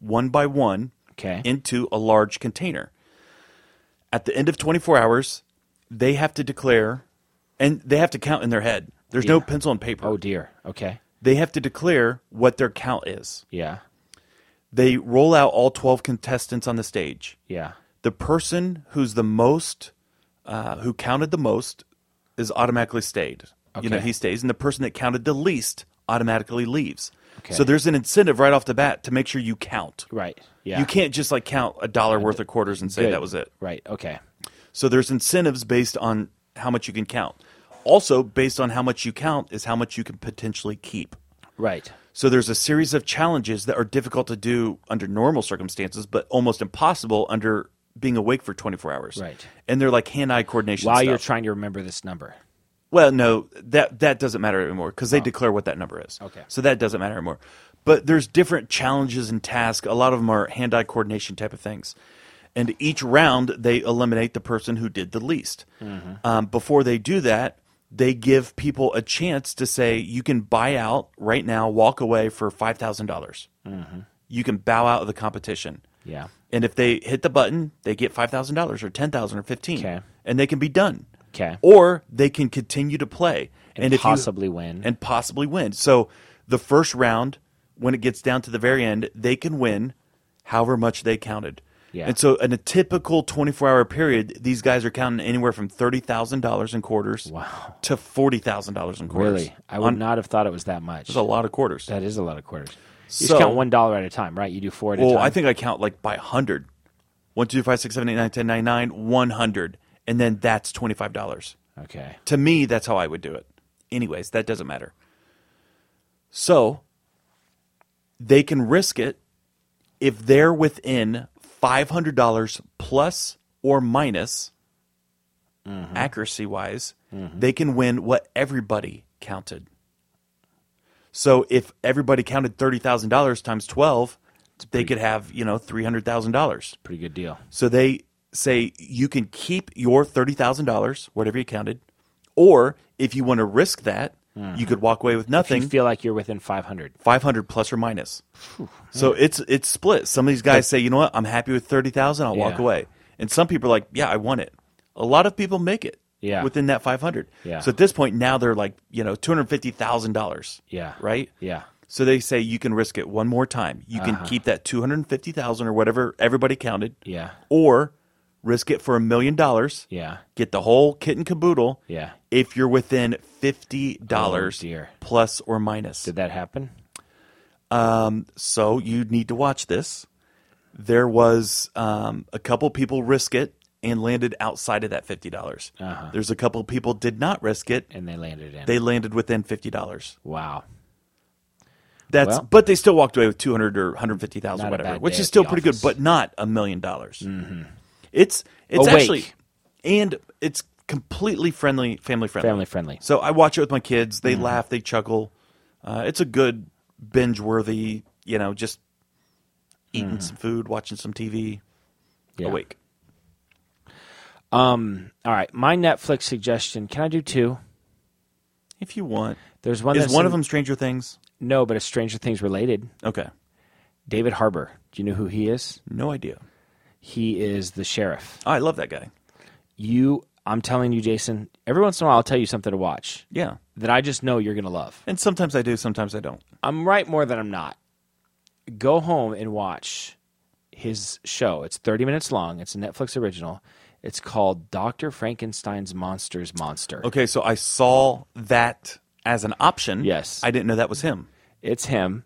[SPEAKER 4] one by one
[SPEAKER 3] Okay.
[SPEAKER 4] into a large container. At the end of 24 hours, they have to declare, and they have to count in their head. There's no
[SPEAKER 3] Yeah.
[SPEAKER 4] pencil and paper.
[SPEAKER 3] oh dear. Okay.
[SPEAKER 4] They have to declare what their count is.
[SPEAKER 3] Yeah.
[SPEAKER 4] They roll out all 12 contestants on the stage
[SPEAKER 3] Yeah.
[SPEAKER 4] the person who's the most uh, who counted the most is automatically stayed you know
[SPEAKER 3] Okay.
[SPEAKER 4] he stays and the person that counted the least automatically leaves
[SPEAKER 3] Okay.
[SPEAKER 4] so there's an incentive right off the bat to make sure you count
[SPEAKER 3] Right. Yeah.
[SPEAKER 4] you can't just like count a dollar worth of quarters and say
[SPEAKER 3] Good.
[SPEAKER 4] that was it
[SPEAKER 3] Right. Okay.
[SPEAKER 4] so there's incentives based on how much you can count also based on how much you count is how much you can potentially keep
[SPEAKER 3] Right.
[SPEAKER 4] so there's a series of challenges that are difficult to do under normal circumstances, but almost impossible under being awake for 24 hours.
[SPEAKER 3] Right.
[SPEAKER 4] And they're like hand-eye coordination.
[SPEAKER 3] While you're
[SPEAKER 4] stuff.
[SPEAKER 3] trying to remember this number.
[SPEAKER 4] well, no, that that doesn't matter anymore because they declare what that number is.
[SPEAKER 3] Oh. Okay.
[SPEAKER 4] So that doesn't matter anymore. But there's different challenges and tasks. A lot of them are hand-eye coordination type of things. And each round, they eliminate the person who did the least.
[SPEAKER 3] Mm-hmm.
[SPEAKER 4] Um, before they do that, they give people a chance to say, "You can buy out right now, walk away for five thousand dollars." you can bow out of the competition.
[SPEAKER 3] Mm-hmm. Yeah.
[SPEAKER 4] And if they hit the button, they get five thousand dollars or ten thousand or fifteen,
[SPEAKER 3] Okay.
[SPEAKER 4] and they can be done.
[SPEAKER 3] Okay.
[SPEAKER 4] Or they can continue to play and, if you-
[SPEAKER 3] possibly win.
[SPEAKER 4] and possibly win. So the first round, when it gets down to the very end, they can win however much they counted.
[SPEAKER 3] Yeah.
[SPEAKER 4] And so in a typical twenty four hour period, these guys are counting anywhere from thirty thousand dollars in quarters
[SPEAKER 3] Wow.
[SPEAKER 4] to forty thousand dollars in quarters.
[SPEAKER 3] Really, I would not have thought it was that much.
[SPEAKER 4] That's a lot of quarters.
[SPEAKER 3] That is a lot of quarters. You
[SPEAKER 4] So-
[SPEAKER 3] just count one dollar at a time, right? You do four at a
[SPEAKER 4] Well,
[SPEAKER 3] time.
[SPEAKER 4] I think I count like by 100. 1, 2, 5, 6, 7, 8, 9, 10, 9, 9, 100. And then that's $25.
[SPEAKER 3] Okay.
[SPEAKER 4] To me, that's how I would do it. Anyways, that doesn't matter. So they can risk it if they're within $500 plus or minus accuracy wise, they can win what everybody counted. So if everybody counted $30,000 times 12, they could have, you know, $300,000.
[SPEAKER 3] Pretty good deal.
[SPEAKER 4] So they say you can keep your thirty thousand dollars, whatever you counted, or if you want to risk that, you could walk away with
[SPEAKER 3] If you
[SPEAKER 4] nothing.
[SPEAKER 3] feel like you're within five hundred,
[SPEAKER 4] Five hundred plus or minus. so it's it's split. Some of these guys say, you know what, I'm happy with thirty thousand, I'll walk
[SPEAKER 3] Yeah.
[SPEAKER 4] away. And some people are like, yeah, I want it. A lot of people make it.
[SPEAKER 3] Yeah.
[SPEAKER 4] Within that five hundred.
[SPEAKER 3] Yeah.
[SPEAKER 4] So at this point now they're like, you know, two hundred fifty thousand dollars.
[SPEAKER 3] yeah,
[SPEAKER 4] Right?
[SPEAKER 3] yeah,
[SPEAKER 4] So they say you can risk it one more time. You can keep that two hundred fifty thousand or whatever everybody counted
[SPEAKER 3] Uh-huh. yeah,
[SPEAKER 4] or risk it for a million dollars.
[SPEAKER 3] yeah.
[SPEAKER 4] Get the whole kit and caboodle.
[SPEAKER 3] Yeah.
[SPEAKER 4] If you're within fifty dollars
[SPEAKER 3] Oh, dear.
[SPEAKER 4] plus or minus.
[SPEAKER 3] Did that happen?
[SPEAKER 4] so you need to watch this. There was um, a couple people risk it and landed outside of that fifty dollars. There's a couple people did not risk it.
[SPEAKER 3] Uh-huh. And they landed in.
[SPEAKER 4] They landed within fifty dollars.
[SPEAKER 3] wow.
[SPEAKER 4] That's
[SPEAKER 3] Well-
[SPEAKER 4] but they still walked away with two hundred or one hundred fifty thousand,
[SPEAKER 3] Not a
[SPEAKER 4] whatever,
[SPEAKER 3] bad
[SPEAKER 4] which
[SPEAKER 3] day
[SPEAKER 4] is
[SPEAKER 3] at
[SPEAKER 4] still
[SPEAKER 3] the
[SPEAKER 4] pretty
[SPEAKER 3] office. Mm-hmm.
[SPEAKER 4] good, but not a million dollars. It's it's
[SPEAKER 3] Awake.
[SPEAKER 4] actually and it's completely friendly, family friendly,
[SPEAKER 3] Family Mm-hmm. friendly.
[SPEAKER 4] So I watch it with my kids. They laugh, they chuckle. Uh, it's a good binge worthy, you know, just eating some food, watching some TV,
[SPEAKER 3] Mm-hmm. Yeah.
[SPEAKER 4] awake.
[SPEAKER 3] All right. My Netflix suggestion. Can I do two?
[SPEAKER 4] If you want,
[SPEAKER 3] There's one.
[SPEAKER 4] is
[SPEAKER 3] that's
[SPEAKER 4] one
[SPEAKER 3] in-
[SPEAKER 4] of them Stranger Things?
[SPEAKER 3] No, but it's Stranger Things related.
[SPEAKER 4] Okay,
[SPEAKER 3] David Harbour. Do you know who he is?
[SPEAKER 4] no idea.
[SPEAKER 3] He is the sheriff.
[SPEAKER 4] Oh, I love that guy.
[SPEAKER 3] You, I'm telling you, Jason. Every once in a while, I'll tell you something to watch
[SPEAKER 4] Yeah.
[SPEAKER 3] that I just know you're gonna love.
[SPEAKER 4] And sometimes I do, sometimes I don't.
[SPEAKER 3] I'm right more than I'm not. Go home and watch his show. It's 30 minutes long. It's a Netflix original. It's called Doctor Frankenstein's Monsters Monster.
[SPEAKER 4] Okay, so I saw that as an option.
[SPEAKER 3] Yes.
[SPEAKER 4] I didn't know that was him.
[SPEAKER 3] It's him,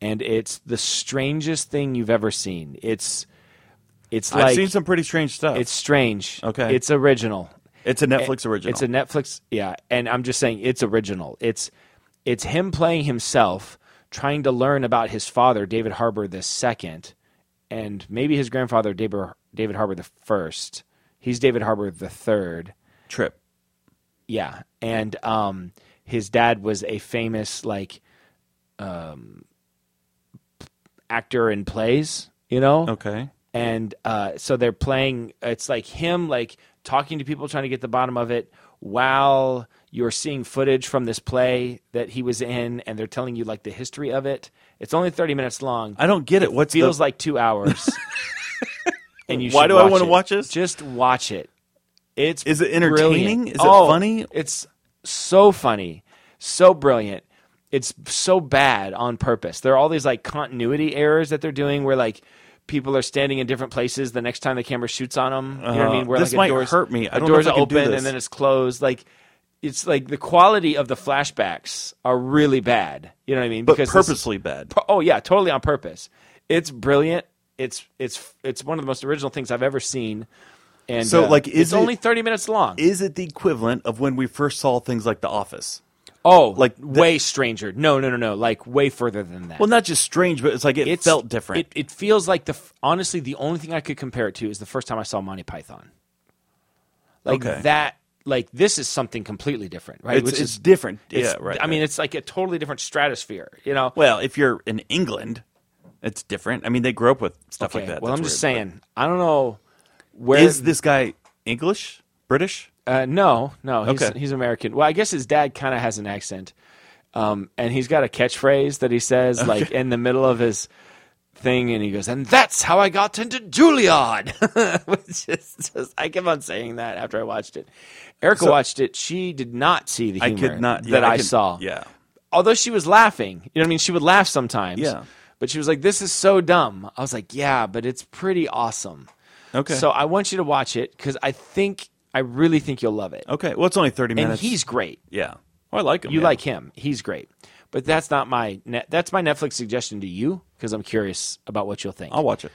[SPEAKER 3] and it's the strangest thing you've ever seen. It's it's like
[SPEAKER 4] I've seen some pretty strange stuff.
[SPEAKER 3] it's
[SPEAKER 4] It's
[SPEAKER 3] strange.
[SPEAKER 4] Okay.
[SPEAKER 3] it's original.
[SPEAKER 4] it's a Netflix original.
[SPEAKER 3] It's a Netflix. Yeah, and I'm just saying it's original. It's it's him playing himself, trying to learn about his father, David Harbor the second, and maybe his grandfather, David David Harbor the first. He's David Harbor the third.
[SPEAKER 4] trip.
[SPEAKER 3] Yeah, and um, his dad was a famous like um, actor in plays, you know.
[SPEAKER 4] Okay.
[SPEAKER 3] And uh, so they're playing. It's like him, like talking to people, trying to get the bottom of it, while you're seeing footage from this play that he was in, and they're telling you like the history of it. It's only thirty minutes long.
[SPEAKER 4] I don't get it. What's
[SPEAKER 3] feels
[SPEAKER 4] the,
[SPEAKER 3] like two hours. and you
[SPEAKER 4] Why
[SPEAKER 3] should
[SPEAKER 4] do I
[SPEAKER 3] watch
[SPEAKER 4] wanna
[SPEAKER 3] it.
[SPEAKER 4] watch this?
[SPEAKER 3] Just watch it. It's
[SPEAKER 4] Is it
[SPEAKER 3] brilliant.
[SPEAKER 4] entertaining? Is it
[SPEAKER 3] Oh,
[SPEAKER 4] funny?
[SPEAKER 3] It's so funny, so brilliant. It's so bad on purpose. There are all these like continuity errors that they're doing where like people are standing in different places the next time the camera shoots on them. You know what I
[SPEAKER 4] Uh,
[SPEAKER 3] mean? Where
[SPEAKER 4] this
[SPEAKER 3] like a
[SPEAKER 4] might
[SPEAKER 3] door's,
[SPEAKER 4] hurt me. I
[SPEAKER 3] a
[SPEAKER 4] don't know
[SPEAKER 3] door's
[SPEAKER 4] if I can do
[SPEAKER 3] open
[SPEAKER 4] this.
[SPEAKER 3] and then it's closed. Like it's like the quality of the flashbacks are really bad. You know what I mean?
[SPEAKER 4] but
[SPEAKER 3] this-
[SPEAKER 4] purposely bad.
[SPEAKER 3] Pu- oh yeah, totally on purpose. It's brilliant. It's it's it's one of the most original things I've ever seen. And
[SPEAKER 4] So,
[SPEAKER 3] uh,
[SPEAKER 4] like, is
[SPEAKER 3] it's
[SPEAKER 4] it-
[SPEAKER 3] only thirty minutes long.
[SPEAKER 4] Is it the equivalent of when we first saw things like The Office?
[SPEAKER 3] oh,
[SPEAKER 4] like
[SPEAKER 3] like
[SPEAKER 4] the-
[SPEAKER 3] way stranger. No, no, no, no. Like way further than that.
[SPEAKER 4] Well, not just strange, but it's like it
[SPEAKER 3] It's-
[SPEAKER 4] felt different.
[SPEAKER 3] It, it feels like the f- honestly the only thing I could compare it to is the first time I saw Monty Python. Like
[SPEAKER 4] Okay.
[SPEAKER 3] that. Like this is something completely different, right?
[SPEAKER 4] it's,
[SPEAKER 3] Which
[SPEAKER 4] it's
[SPEAKER 3] is
[SPEAKER 4] different.
[SPEAKER 3] it's-
[SPEAKER 4] yeah, right.
[SPEAKER 3] I mean,
[SPEAKER 4] right.
[SPEAKER 3] it's like a totally different stratosphere. You know.
[SPEAKER 4] well, if you're in England, it's different. I mean, they grew up with stuff like
[SPEAKER 3] Okay,
[SPEAKER 4] that.
[SPEAKER 3] well,
[SPEAKER 4] That's
[SPEAKER 3] I'm just
[SPEAKER 4] weird,
[SPEAKER 3] saying. I don't know where
[SPEAKER 4] but- Is this guy English? British?
[SPEAKER 3] Uh, no, no, he's
[SPEAKER 4] Okay.
[SPEAKER 3] he's American. Well, I guess his dad kind of has an accent, um, and he's got a catchphrase that he says like in the middle of his thing, and he goes, "And that's how I got into Juilliard," which is just I kept on saying that after I watched it. Erica watched it; she did not see the
[SPEAKER 4] I
[SPEAKER 3] humor
[SPEAKER 4] could not. yeah,
[SPEAKER 3] that I,
[SPEAKER 4] could-
[SPEAKER 3] saw.
[SPEAKER 4] Yeah.
[SPEAKER 3] although she was laughing, you know what I mean. She would laugh sometimes,
[SPEAKER 4] Yeah.
[SPEAKER 3] But she was like, "This is so dumb." I was like, "Yeah, but it's pretty awesome."
[SPEAKER 4] Okay.
[SPEAKER 3] So I want you to watch it because I think I really think you'll love it.
[SPEAKER 4] okay. Well, it's only thirty
[SPEAKER 3] And
[SPEAKER 4] minutes.
[SPEAKER 3] he's great.
[SPEAKER 4] yeah. Oh, I like him.
[SPEAKER 3] You
[SPEAKER 4] yeah.
[SPEAKER 3] like him. He's great. But that's not my net, that's my Netflix suggestion to you because I'm curious about what you'll think.
[SPEAKER 4] I'll watch it.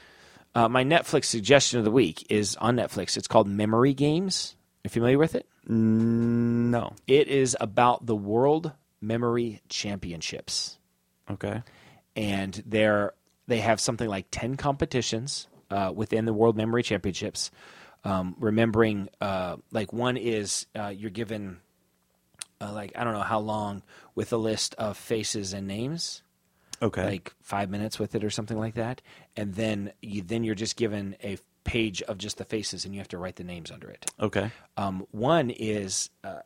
[SPEAKER 3] Uh, my Netflix suggestion of the week is on Netflix. It's called Memory Games. Are you familiar with it?
[SPEAKER 4] No.
[SPEAKER 3] It is about the World Memory Championships.
[SPEAKER 4] Okay.
[SPEAKER 3] and they're they have something like ten competitions uh, within the World Memory Championships. Um, remembering, uh, like one is uh, you're given, uh, like I don't know how long with a list of faces and names,
[SPEAKER 4] Okay.
[SPEAKER 3] like five minutes with it or something like that, and then you then you're just given a page of just the faces and you have to write the names under it.
[SPEAKER 4] okay.
[SPEAKER 3] Um, one is uh,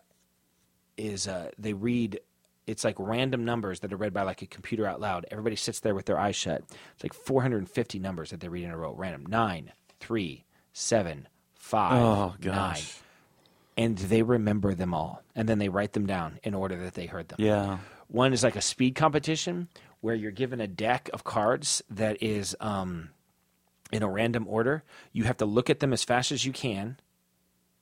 [SPEAKER 3] is uh, they read. It's like random numbers that are read by like a computer out loud. Everybody sits there with their eyes shut. It's like 450 numbers that they read in a row, random nine, three, seven, five,
[SPEAKER 4] Oh, gosh.
[SPEAKER 3] nine. and they remember them all, and then they write them down in order that they heard them.
[SPEAKER 4] Yeah.
[SPEAKER 3] One is like a speed competition where you're given a deck of cards that is um, in a random order. You have to look at them as fast as you can.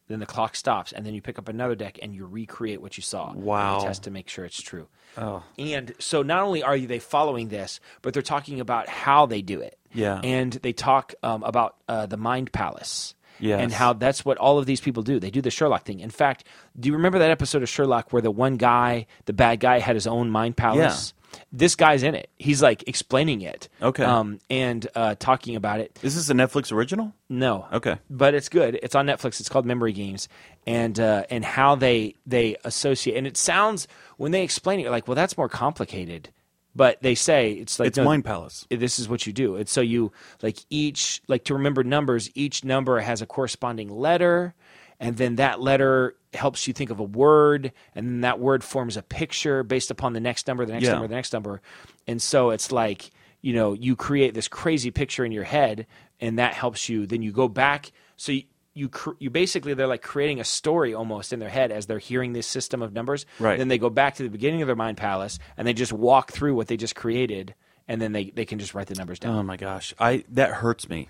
[SPEAKER 3] Then the clock stops, and then you pick up another deck and you recreate what you saw. and you
[SPEAKER 4] Wow.
[SPEAKER 3] test to make sure it's true. Oh. And so not only are they following this, but they're talking about how they do it.
[SPEAKER 4] Yeah.
[SPEAKER 3] And they talk um, about uh, the Mind Palace.
[SPEAKER 4] Yes.
[SPEAKER 3] And how that's what all of these people do. They do the Sherlock thing. In fact, do you remember that episode of Sherlock where the one guy, the bad guy, had his own mind palace? This guy's in it. He's like explaining it.
[SPEAKER 4] Okay.
[SPEAKER 3] Um, and uh, talking about it.
[SPEAKER 4] Is this a Netflix original?
[SPEAKER 3] No.
[SPEAKER 4] Okay.
[SPEAKER 3] But it's good. It's on Netflix. It's called Memory Games, and uh, and how they they associate. And it sounds when they explain it, you're like, well, that's more complicated. But they say it's like
[SPEAKER 4] It's
[SPEAKER 3] no,
[SPEAKER 4] Mind Palace.
[SPEAKER 3] this is what you do. It's so you like each like to remember numbers. Each number has a corresponding letter, and then that letter helps you think of a word, and then that word forms a picture based upon the next number, the next
[SPEAKER 4] Yeah.
[SPEAKER 3] number, the next number, and so it's like you know you create this crazy picture in your head, and that helps you. Then you go back. So you you, cr- you basically they're like creating a story almost in their head as they're hearing this system of numbers.
[SPEAKER 4] Right.
[SPEAKER 3] Then they go back to the beginning of their mind palace and they just walk through what they just created, and then they they can just write the numbers down.
[SPEAKER 4] Oh my gosh, I that hurts me.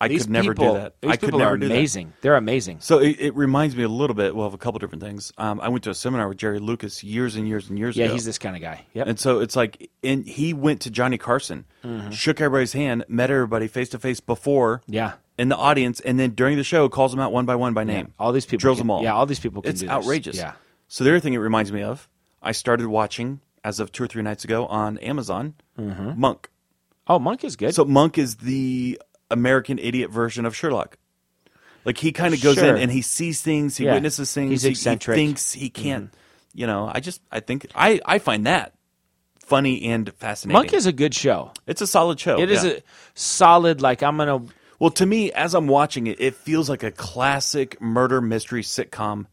[SPEAKER 4] I
[SPEAKER 3] These
[SPEAKER 4] could never
[SPEAKER 3] people-
[SPEAKER 4] do that.
[SPEAKER 3] These
[SPEAKER 4] I could
[SPEAKER 3] people
[SPEAKER 4] never
[SPEAKER 3] are
[SPEAKER 4] do that.
[SPEAKER 3] amazing. They're amazing.
[SPEAKER 4] So it, it reminds me a little bit. Well, of a couple different things. Um, I went to a seminar with Jerry Lucas years and years and years
[SPEAKER 3] Yeah,
[SPEAKER 4] ago.
[SPEAKER 3] he's this kind of guy. Yep.
[SPEAKER 4] And so it's like, and he went to Johnny Carson,
[SPEAKER 3] Mm-hmm.
[SPEAKER 4] shook everybody's hand, met everybody face to face before,
[SPEAKER 3] Yeah.
[SPEAKER 4] in the audience, and then during the show calls them out one by one by name.
[SPEAKER 3] All these people
[SPEAKER 4] drills
[SPEAKER 3] can-
[SPEAKER 4] them all.
[SPEAKER 3] yeah, all these people can
[SPEAKER 4] it's
[SPEAKER 3] do this.
[SPEAKER 4] outrageous.
[SPEAKER 3] Yeah.
[SPEAKER 4] So the other thing it reminds me of, I started watching as of two or three nights ago on Amazon,
[SPEAKER 3] Mm-hmm.
[SPEAKER 4] Monk.
[SPEAKER 3] Oh, Monk is good.
[SPEAKER 4] So Monk is the American idiot version of Sherlock. Like he kind of goes
[SPEAKER 3] Sure.
[SPEAKER 4] in and he sees things, he
[SPEAKER 3] Yeah.
[SPEAKER 4] witnesses things,
[SPEAKER 3] He's
[SPEAKER 4] he-
[SPEAKER 3] eccentric. Mm-hmm.
[SPEAKER 4] He, thinks he can't. You know, I just I think I I find that funny and fascinating.
[SPEAKER 3] Monk is a good show.
[SPEAKER 4] it's a solid show.
[SPEAKER 3] It is
[SPEAKER 4] Oh, yeah.
[SPEAKER 3] a solid. Like I'm gonna.
[SPEAKER 4] well to me as I'm watching it, it feels like a classic murder mystery sitcom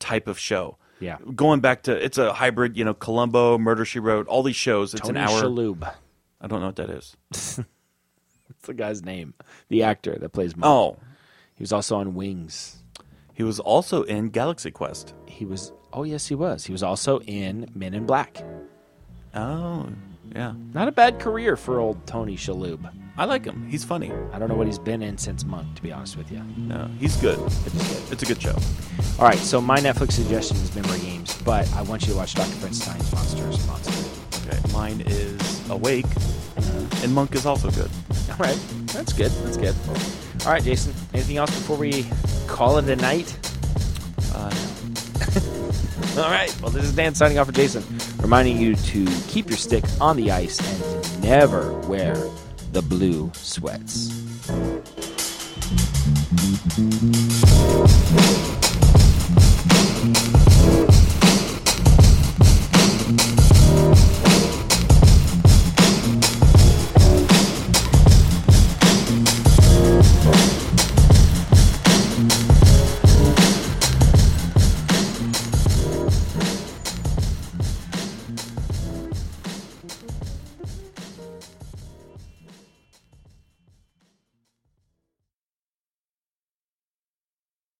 [SPEAKER 4] type of show.
[SPEAKER 3] Mm-hmm. Yeah.
[SPEAKER 4] going back to it's a hybrid. You know, Columbo, Murder She Wrote, all these shows. It's
[SPEAKER 3] Tony
[SPEAKER 4] an hour.
[SPEAKER 3] Shalhoub. That's
[SPEAKER 4] I don't know what that is.
[SPEAKER 3] the guy's name. The actor that plays Monk.
[SPEAKER 4] Oh,
[SPEAKER 3] He was also on Wings.
[SPEAKER 4] he was also in Galaxy Quest.
[SPEAKER 3] He was. Oh yes, he was. He was also in Men in Black.
[SPEAKER 4] Oh, yeah.
[SPEAKER 3] Not a bad career for old Tony Shalhoub.
[SPEAKER 4] I like him. He's funny.
[SPEAKER 3] I don't know what he's been in since Monk, to be honest with you.
[SPEAKER 4] No, he's good. It's a good show.
[SPEAKER 3] All right, so my Netflix suggestion is memory games, but I want you to watch Dr. Frankenstein's Monsters Monster.
[SPEAKER 4] Okay, mine is Awake, and Monk is also good.
[SPEAKER 3] All right, that's good. That's good. All right, Jason. Anything else before we call it a night?
[SPEAKER 4] Uh,
[SPEAKER 3] All right. Well, this is Dan signing off for Jason, reminding you to keep your stick on the ice and never wear the blue sweats.
[SPEAKER 2] Thank